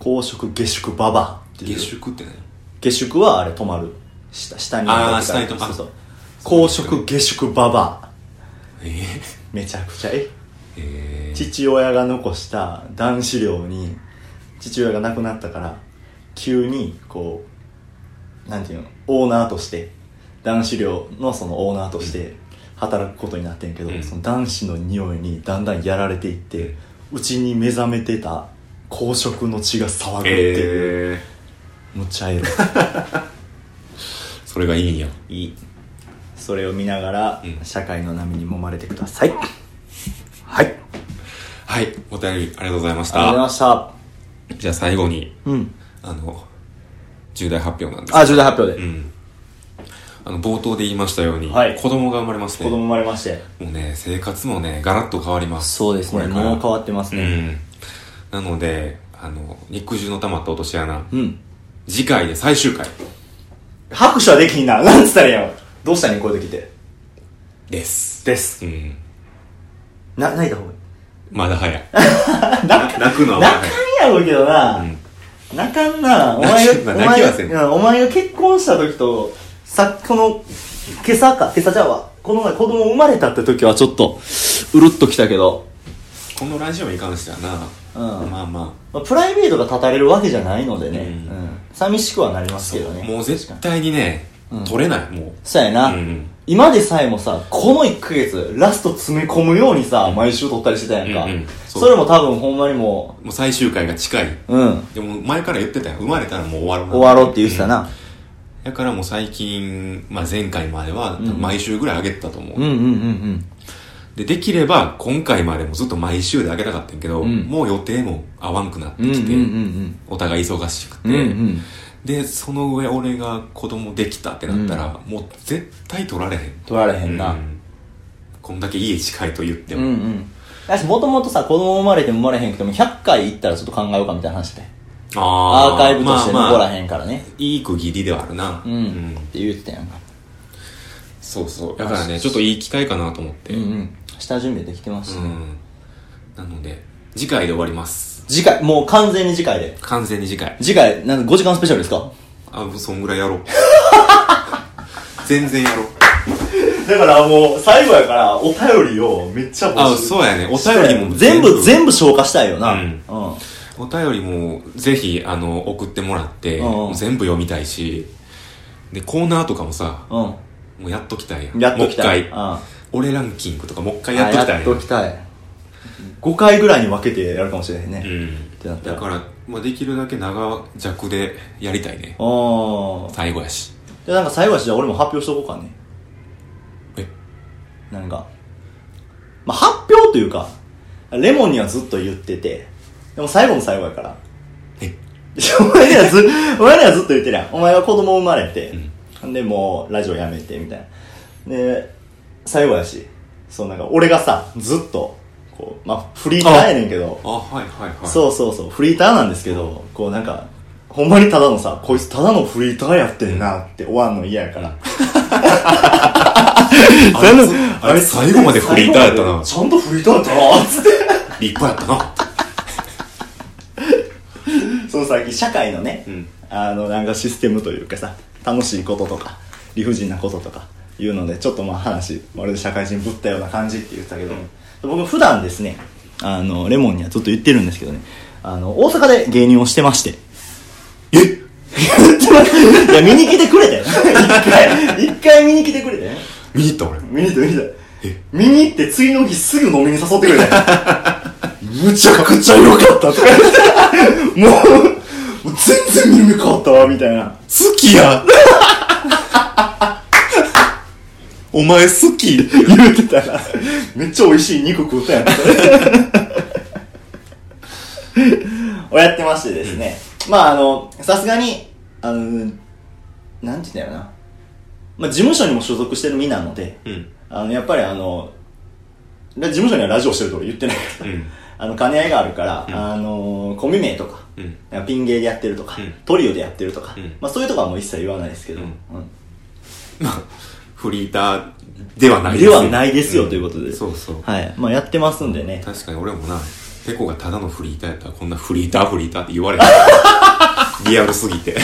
[SPEAKER 2] 公職月食ババアっていう
[SPEAKER 1] 下宿って何
[SPEAKER 2] 月食はあれ止まる下下に
[SPEAKER 1] あー下に止ま
[SPEAKER 2] そう
[SPEAKER 1] る
[SPEAKER 2] そう公職月食ババア
[SPEAKER 1] え
[SPEAKER 2] めちゃくちゃええ
[SPEAKER 1] ー、えー、
[SPEAKER 2] 父親が残した男子寮に父親が亡くなったから急にこうなんていうのオーナーとして男子寮のそのオーナーとして働くことになってんけど、
[SPEAKER 1] うん
[SPEAKER 2] その男子の匂いにだんだんやられていってうち、に目覚めてた公職の血が騒ぐっていう、
[SPEAKER 1] え
[SPEAKER 2] むっちゃエロ
[SPEAKER 1] ー、それがいいんや。
[SPEAKER 2] いいそれを見ながら、
[SPEAKER 1] うん
[SPEAKER 2] 社会の波に揉まれてくださいはいありがとう
[SPEAKER 1] はい、お便りありがとうございまし
[SPEAKER 2] ございま
[SPEAKER 1] た。
[SPEAKER 2] した
[SPEAKER 1] じゃあ最後に、
[SPEAKER 2] うん
[SPEAKER 1] あの、重大発表なんです
[SPEAKER 2] あ重大発表で、
[SPEAKER 1] うん。あの、冒頭で言いましたように、
[SPEAKER 2] はい
[SPEAKER 1] 子供が生まれます
[SPEAKER 2] 子
[SPEAKER 1] ね。
[SPEAKER 2] 供
[SPEAKER 1] も
[SPEAKER 2] 生まれまして
[SPEAKER 1] うね、生活もね、ガラッと変わります。
[SPEAKER 2] そうですね。
[SPEAKER 1] これから
[SPEAKER 2] もう変わってます
[SPEAKER 1] う
[SPEAKER 2] ね。
[SPEAKER 1] ん。なので、あの、肉汁の溜まった落とし穴、
[SPEAKER 2] うん。
[SPEAKER 1] 次回で最終回
[SPEAKER 2] 拍手はできひんな。なんつったらいいんやろ。どうしたらいいんこういう時って。
[SPEAKER 1] です。
[SPEAKER 2] です。
[SPEAKER 1] うん。
[SPEAKER 2] な、泣いた方がい
[SPEAKER 1] まだ早い。
[SPEAKER 2] い。 *laughs*
[SPEAKER 1] *laughs*
[SPEAKER 2] 泣
[SPEAKER 1] 泣くのはま
[SPEAKER 2] か
[SPEAKER 1] だ
[SPEAKER 2] 泣かんやろうけどな。
[SPEAKER 1] うん
[SPEAKER 2] 泣かんな。お前
[SPEAKER 1] 泣き
[SPEAKER 2] が、
[SPEAKER 1] は
[SPEAKER 2] お
[SPEAKER 1] 泣き
[SPEAKER 2] 前
[SPEAKER 1] はせん
[SPEAKER 2] が、うんお前が結婚した時と、さっきこの、今朝か、今朝じゃうわ。この前子供生まれたって時はちょっと、うるっときたけど、
[SPEAKER 1] このラジオに関してはな、
[SPEAKER 2] うん
[SPEAKER 1] まあま
[SPEAKER 2] まあプライベートが絶たれるわけじゃないのでね、
[SPEAKER 1] うん
[SPEAKER 2] うん寂しくはなりま
[SPEAKER 1] あ、
[SPEAKER 2] すけどね。
[SPEAKER 1] もう絶対にね、
[SPEAKER 2] うん
[SPEAKER 1] 取れない、も
[SPEAKER 2] そうや
[SPEAKER 1] う。
[SPEAKER 2] な。
[SPEAKER 1] うん。
[SPEAKER 2] 今でさえもさ、この1ヶ月、ラスト詰め込むようにさ、毎週撮ったりしてたやんか。
[SPEAKER 1] うんうんそう
[SPEAKER 2] それも多分ほんまにも
[SPEAKER 1] もう最終回が近い。
[SPEAKER 2] う、うん、
[SPEAKER 1] でも前から言ってたよ。生まれたらもう終わろうな。
[SPEAKER 2] 終わろうって言ってたな。
[SPEAKER 1] だからもう最近、まあ、前回までは
[SPEAKER 2] ん
[SPEAKER 1] 毎週ぐらい上げてたと思う、
[SPEAKER 2] うんうんうん
[SPEAKER 1] でできれば今回までもずっと毎週で上げたかったんやけど、
[SPEAKER 2] うん
[SPEAKER 1] もう予定も合わんくなって
[SPEAKER 2] うん。うんうん
[SPEAKER 1] き
[SPEAKER 2] う
[SPEAKER 1] て、
[SPEAKER 2] ん
[SPEAKER 1] お互い忙しくて、
[SPEAKER 2] うん。うんうん。
[SPEAKER 1] でその上俺が子供できたってなったら、もう絶対取られへん
[SPEAKER 2] 取られへん
[SPEAKER 1] う
[SPEAKER 2] な。
[SPEAKER 1] んこんだけ家近いと言って
[SPEAKER 2] うんう
[SPEAKER 1] も、
[SPEAKER 2] ん。だし、もともとさ、子供生まれても生まれへんくても、100回行ったらちょっと考えようかみたいな話で。
[SPEAKER 1] あ
[SPEAKER 2] アーカイブとして残ら
[SPEAKER 1] ん、
[SPEAKER 2] へんからね。
[SPEAKER 1] いい区切りではあるな、
[SPEAKER 2] うん。って言ってたやんか。
[SPEAKER 1] そうそうだからねちょっといい機会かなと思って
[SPEAKER 2] うんうん。下準備できてまし
[SPEAKER 1] う
[SPEAKER 2] たね。
[SPEAKER 1] んなので次回で終わります
[SPEAKER 2] 次回、もう完全に次回で。
[SPEAKER 1] 完全に次回
[SPEAKER 2] 次回、なんか5時間スペシャルですか
[SPEAKER 1] あ、もうそんぐらいやろう。 *laughs* 全然やろう。
[SPEAKER 2] だからもう、最後やから、お便りをめっちゃ
[SPEAKER 1] あ、そうやね。お便りも
[SPEAKER 2] 全部、全部消化したいよな。
[SPEAKER 1] う
[SPEAKER 2] うんん。
[SPEAKER 1] お便りもぜひ、あの、送ってもらって
[SPEAKER 2] うんう、ん
[SPEAKER 1] 全部読みたいし、で、コーナーとかもさ、
[SPEAKER 2] うん。
[SPEAKER 1] もうやっときたいやん。
[SPEAKER 2] やっときたい。
[SPEAKER 1] もう一
[SPEAKER 2] うん
[SPEAKER 1] 回。俺ランキングとかもう一回やっときた
[SPEAKER 2] あ
[SPEAKER 1] い
[SPEAKER 2] や
[SPEAKER 1] や
[SPEAKER 2] っときたい。5回ぐらいに分けてやるかもしれへんね。
[SPEAKER 1] ん。うん。
[SPEAKER 2] てなった
[SPEAKER 1] だ
[SPEAKER 2] ら
[SPEAKER 1] から、まあ、できるだけ長尺でやりたいね。
[SPEAKER 2] あ
[SPEAKER 1] 最後やし。
[SPEAKER 2] あ。で、なんか最後はじゃあ俺も発表しとこうかね。
[SPEAKER 1] え
[SPEAKER 2] なんか。まあ、発表というか、レモンにはずっと言ってて、でも最後の最後やから。
[SPEAKER 1] え
[SPEAKER 2] お前にはず、お前にはずっと言ってるやん。お前は子供生まれて、で、もうラジオやめて、みたいな。で、最後やし、そうなんか俺がさ、ずっと、こう、まあ、フリーターやねんけど、
[SPEAKER 1] あ、はいはいはい。
[SPEAKER 2] そうそうそう、フリーターなんですけど、こうなんか、ほんまにただのさ、こいつただのフリーターやってんなって終わんの嫌や
[SPEAKER 1] *laughs*
[SPEAKER 2] から。
[SPEAKER 1] あれあれ最後までフリーターやったな。
[SPEAKER 2] ちゃんとフリーターやったな、つって。
[SPEAKER 1] 立派やったな。
[SPEAKER 2] その先、社会のね、
[SPEAKER 1] うん
[SPEAKER 2] あの、なんかシステムというかさ、楽しいこととか、理不尽なこととか、いうので、ちょっとまあ話、まるで社会人ぶったような感じって言ってたけど、僕普段ですね、あの、レモンにはずっと言ってるんですけどね、あの、大阪で芸人をしてまして、
[SPEAKER 1] え
[SPEAKER 2] *laughs* いや、見に来てくれたよ。一回、一回見に来てくれたよ。
[SPEAKER 1] 見に行った俺。
[SPEAKER 2] 見に行った、見に行っ
[SPEAKER 1] え
[SPEAKER 2] た。見に行って、次の日すぐ飲みに誘ってくれたよ。むちゃくちゃ良かったとか言ってもう、ず全然見る目変わったわ、みたいな。
[SPEAKER 1] 好きや
[SPEAKER 2] *laughs*
[SPEAKER 1] お前好き
[SPEAKER 2] *laughs* 言うてたら、めっちゃ美味しい肉食うたやん。
[SPEAKER 1] *laughs*
[SPEAKER 2] をやってましてですね。まああの、さすがに、あの、なんて言うんだよな。まあ事務所にも所属してる身なので、
[SPEAKER 1] うん。
[SPEAKER 2] あの、やっぱりあの、ラ事務所にはラジオしてるとか言ってないか
[SPEAKER 1] う
[SPEAKER 2] ら、
[SPEAKER 1] ん。
[SPEAKER 2] *laughs* あの、兼ね合いがあるから、
[SPEAKER 1] うん
[SPEAKER 2] あの、コンビ名とか、
[SPEAKER 1] うん。
[SPEAKER 2] なんかピン芸でやってるとか、
[SPEAKER 1] うん
[SPEAKER 2] トリオでやってるとか、
[SPEAKER 1] うん
[SPEAKER 2] まあそういうとかはもう一切言わないですけど、
[SPEAKER 1] うん
[SPEAKER 2] うん
[SPEAKER 1] フリーターではない
[SPEAKER 2] ではないですよということで
[SPEAKER 1] んそうそう。
[SPEAKER 2] はい。まあやってますんでね。
[SPEAKER 1] 確かに俺もな、ペコがただのフリーターやったらこんなフリーターフリーターって言わ
[SPEAKER 2] *laughs*
[SPEAKER 1] れる。リアルすぎて。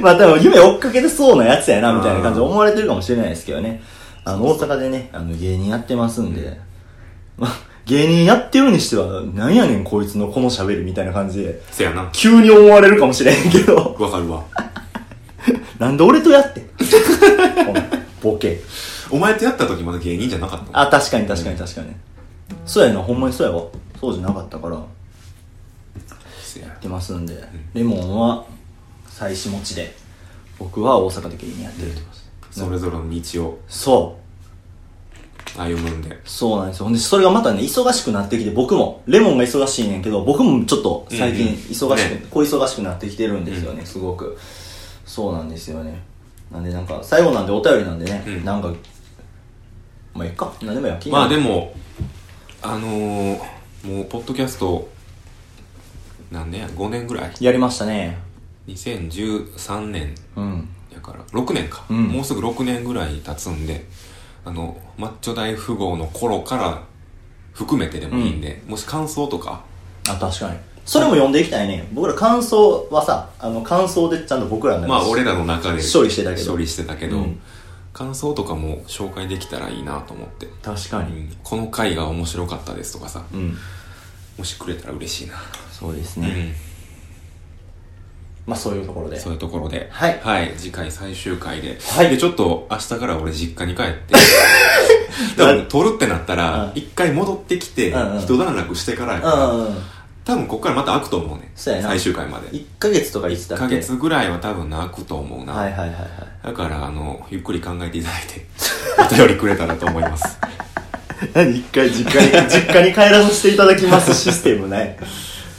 [SPEAKER 2] まあでも夢追っかけてそうなやつやな、みたいな感じで思われてるかもしれないですけどね。あの、大阪でね、あの、芸人やってますんで、まあ、芸人やってるにしては、なんやねんこいつのこの喋りみたいな感じで、
[SPEAKER 1] せやな。
[SPEAKER 2] 急に思われるかもしれんけど、 *laughs*
[SPEAKER 1] わかるわ。
[SPEAKER 2] なんで俺とやって
[SPEAKER 1] *laughs*
[SPEAKER 2] んほんまボケ。
[SPEAKER 1] お前とやった時まだ芸人じゃなかったの
[SPEAKER 2] あ、確かに確かに確かに。そうやな、ほんまにそうやわ。そうじゃなかったから、や
[SPEAKER 1] せや
[SPEAKER 2] ってますんで、レモンは、妻子持ちで、僕は大阪で芸人やってるってことです。
[SPEAKER 1] それぞれの道を
[SPEAKER 2] そう。
[SPEAKER 1] 歩むんで。
[SPEAKER 2] そうなんですよ。ほんで、それがまたね、忙しくなってきて、僕も、レモンが忙しいねんけど、僕もちょっと
[SPEAKER 1] う
[SPEAKER 2] 最近
[SPEAKER 1] んうん
[SPEAKER 2] 忙しく、
[SPEAKER 1] ね
[SPEAKER 2] こう忙しくなってきてるんですよね、すごく。そうなんですよね。なんでなんか、最後なんでお便りなんでね、
[SPEAKER 1] うん
[SPEAKER 2] なんか、まあ、いっか。なんでもや、気にな
[SPEAKER 1] ま
[SPEAKER 2] る
[SPEAKER 1] あでも、あのー、もう、ポッドキャスト、何年や ?5 年ぐらい
[SPEAKER 2] やりましたね。
[SPEAKER 1] 2013年
[SPEAKER 2] うん。
[SPEAKER 1] やから6年か、
[SPEAKER 2] うん
[SPEAKER 1] もうすぐ6年ぐらい経つんであのマッチョ大富豪の頃から含めてでもいいんで、もし感想とか
[SPEAKER 2] あ、確かに。それも読んでいきたいね。僕ら感想はさ、あの、感想でちゃんと僕らのやつ
[SPEAKER 1] まあ俺らの中で
[SPEAKER 2] 処理してたけど
[SPEAKER 1] 処理してたけど
[SPEAKER 2] うん
[SPEAKER 1] 感想とかも紹介できたらいいなと思って、
[SPEAKER 2] 確か
[SPEAKER 1] う
[SPEAKER 2] に。
[SPEAKER 1] んこの回が面白かったですとかさ
[SPEAKER 2] うん。
[SPEAKER 1] もしくれたら嬉しいな、
[SPEAKER 2] そうです
[SPEAKER 1] う
[SPEAKER 2] ね。
[SPEAKER 1] ん、
[SPEAKER 2] まあ、そういうところで。
[SPEAKER 1] そういうところで
[SPEAKER 2] はい
[SPEAKER 1] 次回最終回で、
[SPEAKER 2] はい
[SPEAKER 1] でちょっと明日から俺実家に帰って
[SPEAKER 2] *laughs*
[SPEAKER 1] 多分撮るってなった
[SPEAKER 2] う
[SPEAKER 1] ら
[SPEAKER 2] ん
[SPEAKER 1] 一回戻ってきて
[SPEAKER 2] うんうん
[SPEAKER 1] 一段落してからや
[SPEAKER 2] う
[SPEAKER 1] から、
[SPEAKER 2] んうんうん。
[SPEAKER 1] 多分こっからまた開くと思うね
[SPEAKER 2] そうやな
[SPEAKER 1] 最終回まで
[SPEAKER 2] 1ヶ月とかいつだ
[SPEAKER 1] 1
[SPEAKER 2] っけ
[SPEAKER 1] ヶ月ぐらいは多分な開くと思うな、
[SPEAKER 2] はいはいはいはい。
[SPEAKER 1] だからあのゆっくり考えていただいて *laughs* お便りくれたらと思います
[SPEAKER 2] 何 *laughs* 一回実家に、実家に帰らさせていただきますシステム *laughs* ね。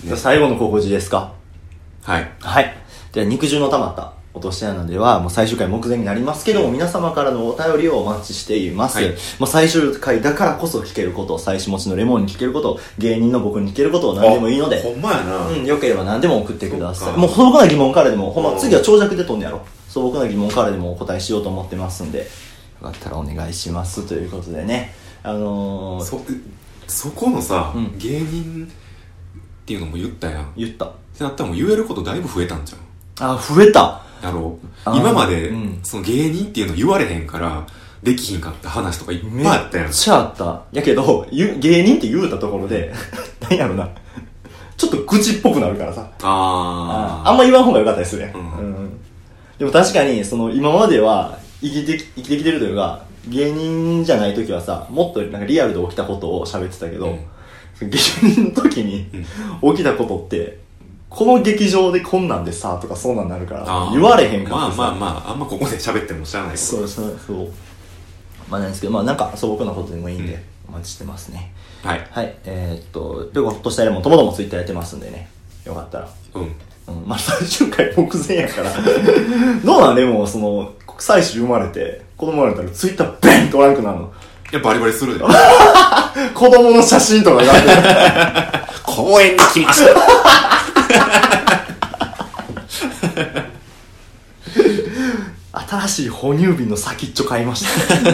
[SPEAKER 2] じゃあ最後の告知ですか。
[SPEAKER 1] はい
[SPEAKER 2] はい。では肉汁の溜まった落とし穴では、もう最終回目前になりますけども、皆様からのお便りをお待ちしています。
[SPEAKER 1] はい
[SPEAKER 2] もう最終回だからこそ聞けること、最始末のレモンに聞けること、芸人の僕に聞けること、何でもいいの
[SPEAKER 1] ほ
[SPEAKER 2] で、
[SPEAKER 1] んまやな、
[SPEAKER 2] うん、良ければ何でも送ってくだ
[SPEAKER 1] そ
[SPEAKER 2] さ
[SPEAKER 1] っ
[SPEAKER 2] い。
[SPEAKER 1] か
[SPEAKER 2] もう素朴な疑問からでも、ほん
[SPEAKER 1] う
[SPEAKER 2] ま
[SPEAKER 1] ん
[SPEAKER 2] 次は長尺でとんねやろ。素朴な疑問からでもお答えしようと思ってますんで、よかったらお願いしますということでね。あのー、
[SPEAKER 1] そそこのさ、
[SPEAKER 2] うん
[SPEAKER 1] 芸人っていうのも言ったやんっ
[SPEAKER 2] 言った。
[SPEAKER 1] てなったらもう言えることだいぶ増えたんじゃん
[SPEAKER 2] あ、増えた
[SPEAKER 1] やろう
[SPEAKER 2] あー
[SPEAKER 1] 今まで、
[SPEAKER 2] うん
[SPEAKER 1] その芸人っていうの言われへんからできひんかった話とかいっぱいあったや
[SPEAKER 2] め
[SPEAKER 1] ん
[SPEAKER 2] っちゃあった。やけど、ゆ芸人って言うたところで、 *laughs* なんやろな。ちょっと愚痴っぽくなるからさ。
[SPEAKER 1] あ
[SPEAKER 2] あんま言わん方がよかったりするやん。
[SPEAKER 1] うん
[SPEAKER 2] うんでも確かに、その、今までは、生きてき、生きてきてるというか、芸人じゃない時はさ、もっとなんかリアルで起きたことを喋ってたけど、芸人の時に起きたことって、この劇場でこんなんでさ、とかそうなんなるから
[SPEAKER 1] あ、ー
[SPEAKER 2] 言われへんから
[SPEAKER 1] まあ
[SPEAKER 2] さ
[SPEAKER 1] まあまああんまここで喋っても知らない
[SPEAKER 2] そうそうそうまあなんですけどまあなんか素朴なことでもいいんで、
[SPEAKER 1] うん
[SPEAKER 2] お待ちしてますね
[SPEAKER 1] はい
[SPEAKER 2] はいえー、っとペコホッとしたりもともともツイッターやってますんでねよかったら
[SPEAKER 1] うん
[SPEAKER 2] うん、まあ最終回目前やからどうなんでもその妻子生まれて子供生まれたらツイッターベンとおらんくなるの
[SPEAKER 1] いやバリバリするで
[SPEAKER 2] 子供の写真とか
[SPEAKER 1] *laughs*
[SPEAKER 2] があって
[SPEAKER 1] 公園に来ました
[SPEAKER 2] 新しい哺乳瓶の先っちょ買い
[SPEAKER 1] *laughs*
[SPEAKER 2] ました、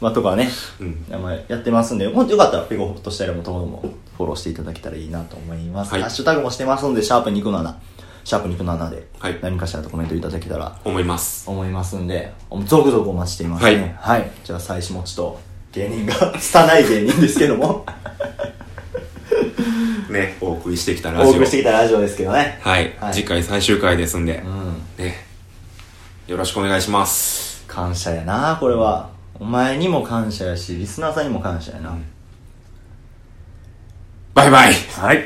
[SPEAKER 2] まあとかね
[SPEAKER 1] うん
[SPEAKER 2] 名前やってますんで、もしよかったらペコホッとしたりもともどもフォローしていただけたらいいなと思います。
[SPEAKER 1] はい
[SPEAKER 2] ハッシュタグもしてますんで、シャープ肉の穴、シャープ肉の穴で
[SPEAKER 1] はい、
[SPEAKER 2] 何かしらとコメントいただけたら
[SPEAKER 1] 思います
[SPEAKER 2] 思いますんで、続々お待ちしていますね。はい。じゃあ、妻子持ちと芸人が、拙い芸人ですけども、
[SPEAKER 1] ねお送りしてきたラジオ
[SPEAKER 2] お送りしてきた *laughs* ラジオですけどね。
[SPEAKER 1] はい、
[SPEAKER 2] はい
[SPEAKER 1] 次回最終回ですんで、
[SPEAKER 2] うん。
[SPEAKER 1] ねよろしくお願いします
[SPEAKER 2] 感謝やな、これは。お前にも感謝やし、リスナーさんにも感謝やな。
[SPEAKER 1] バイバイ
[SPEAKER 2] はい。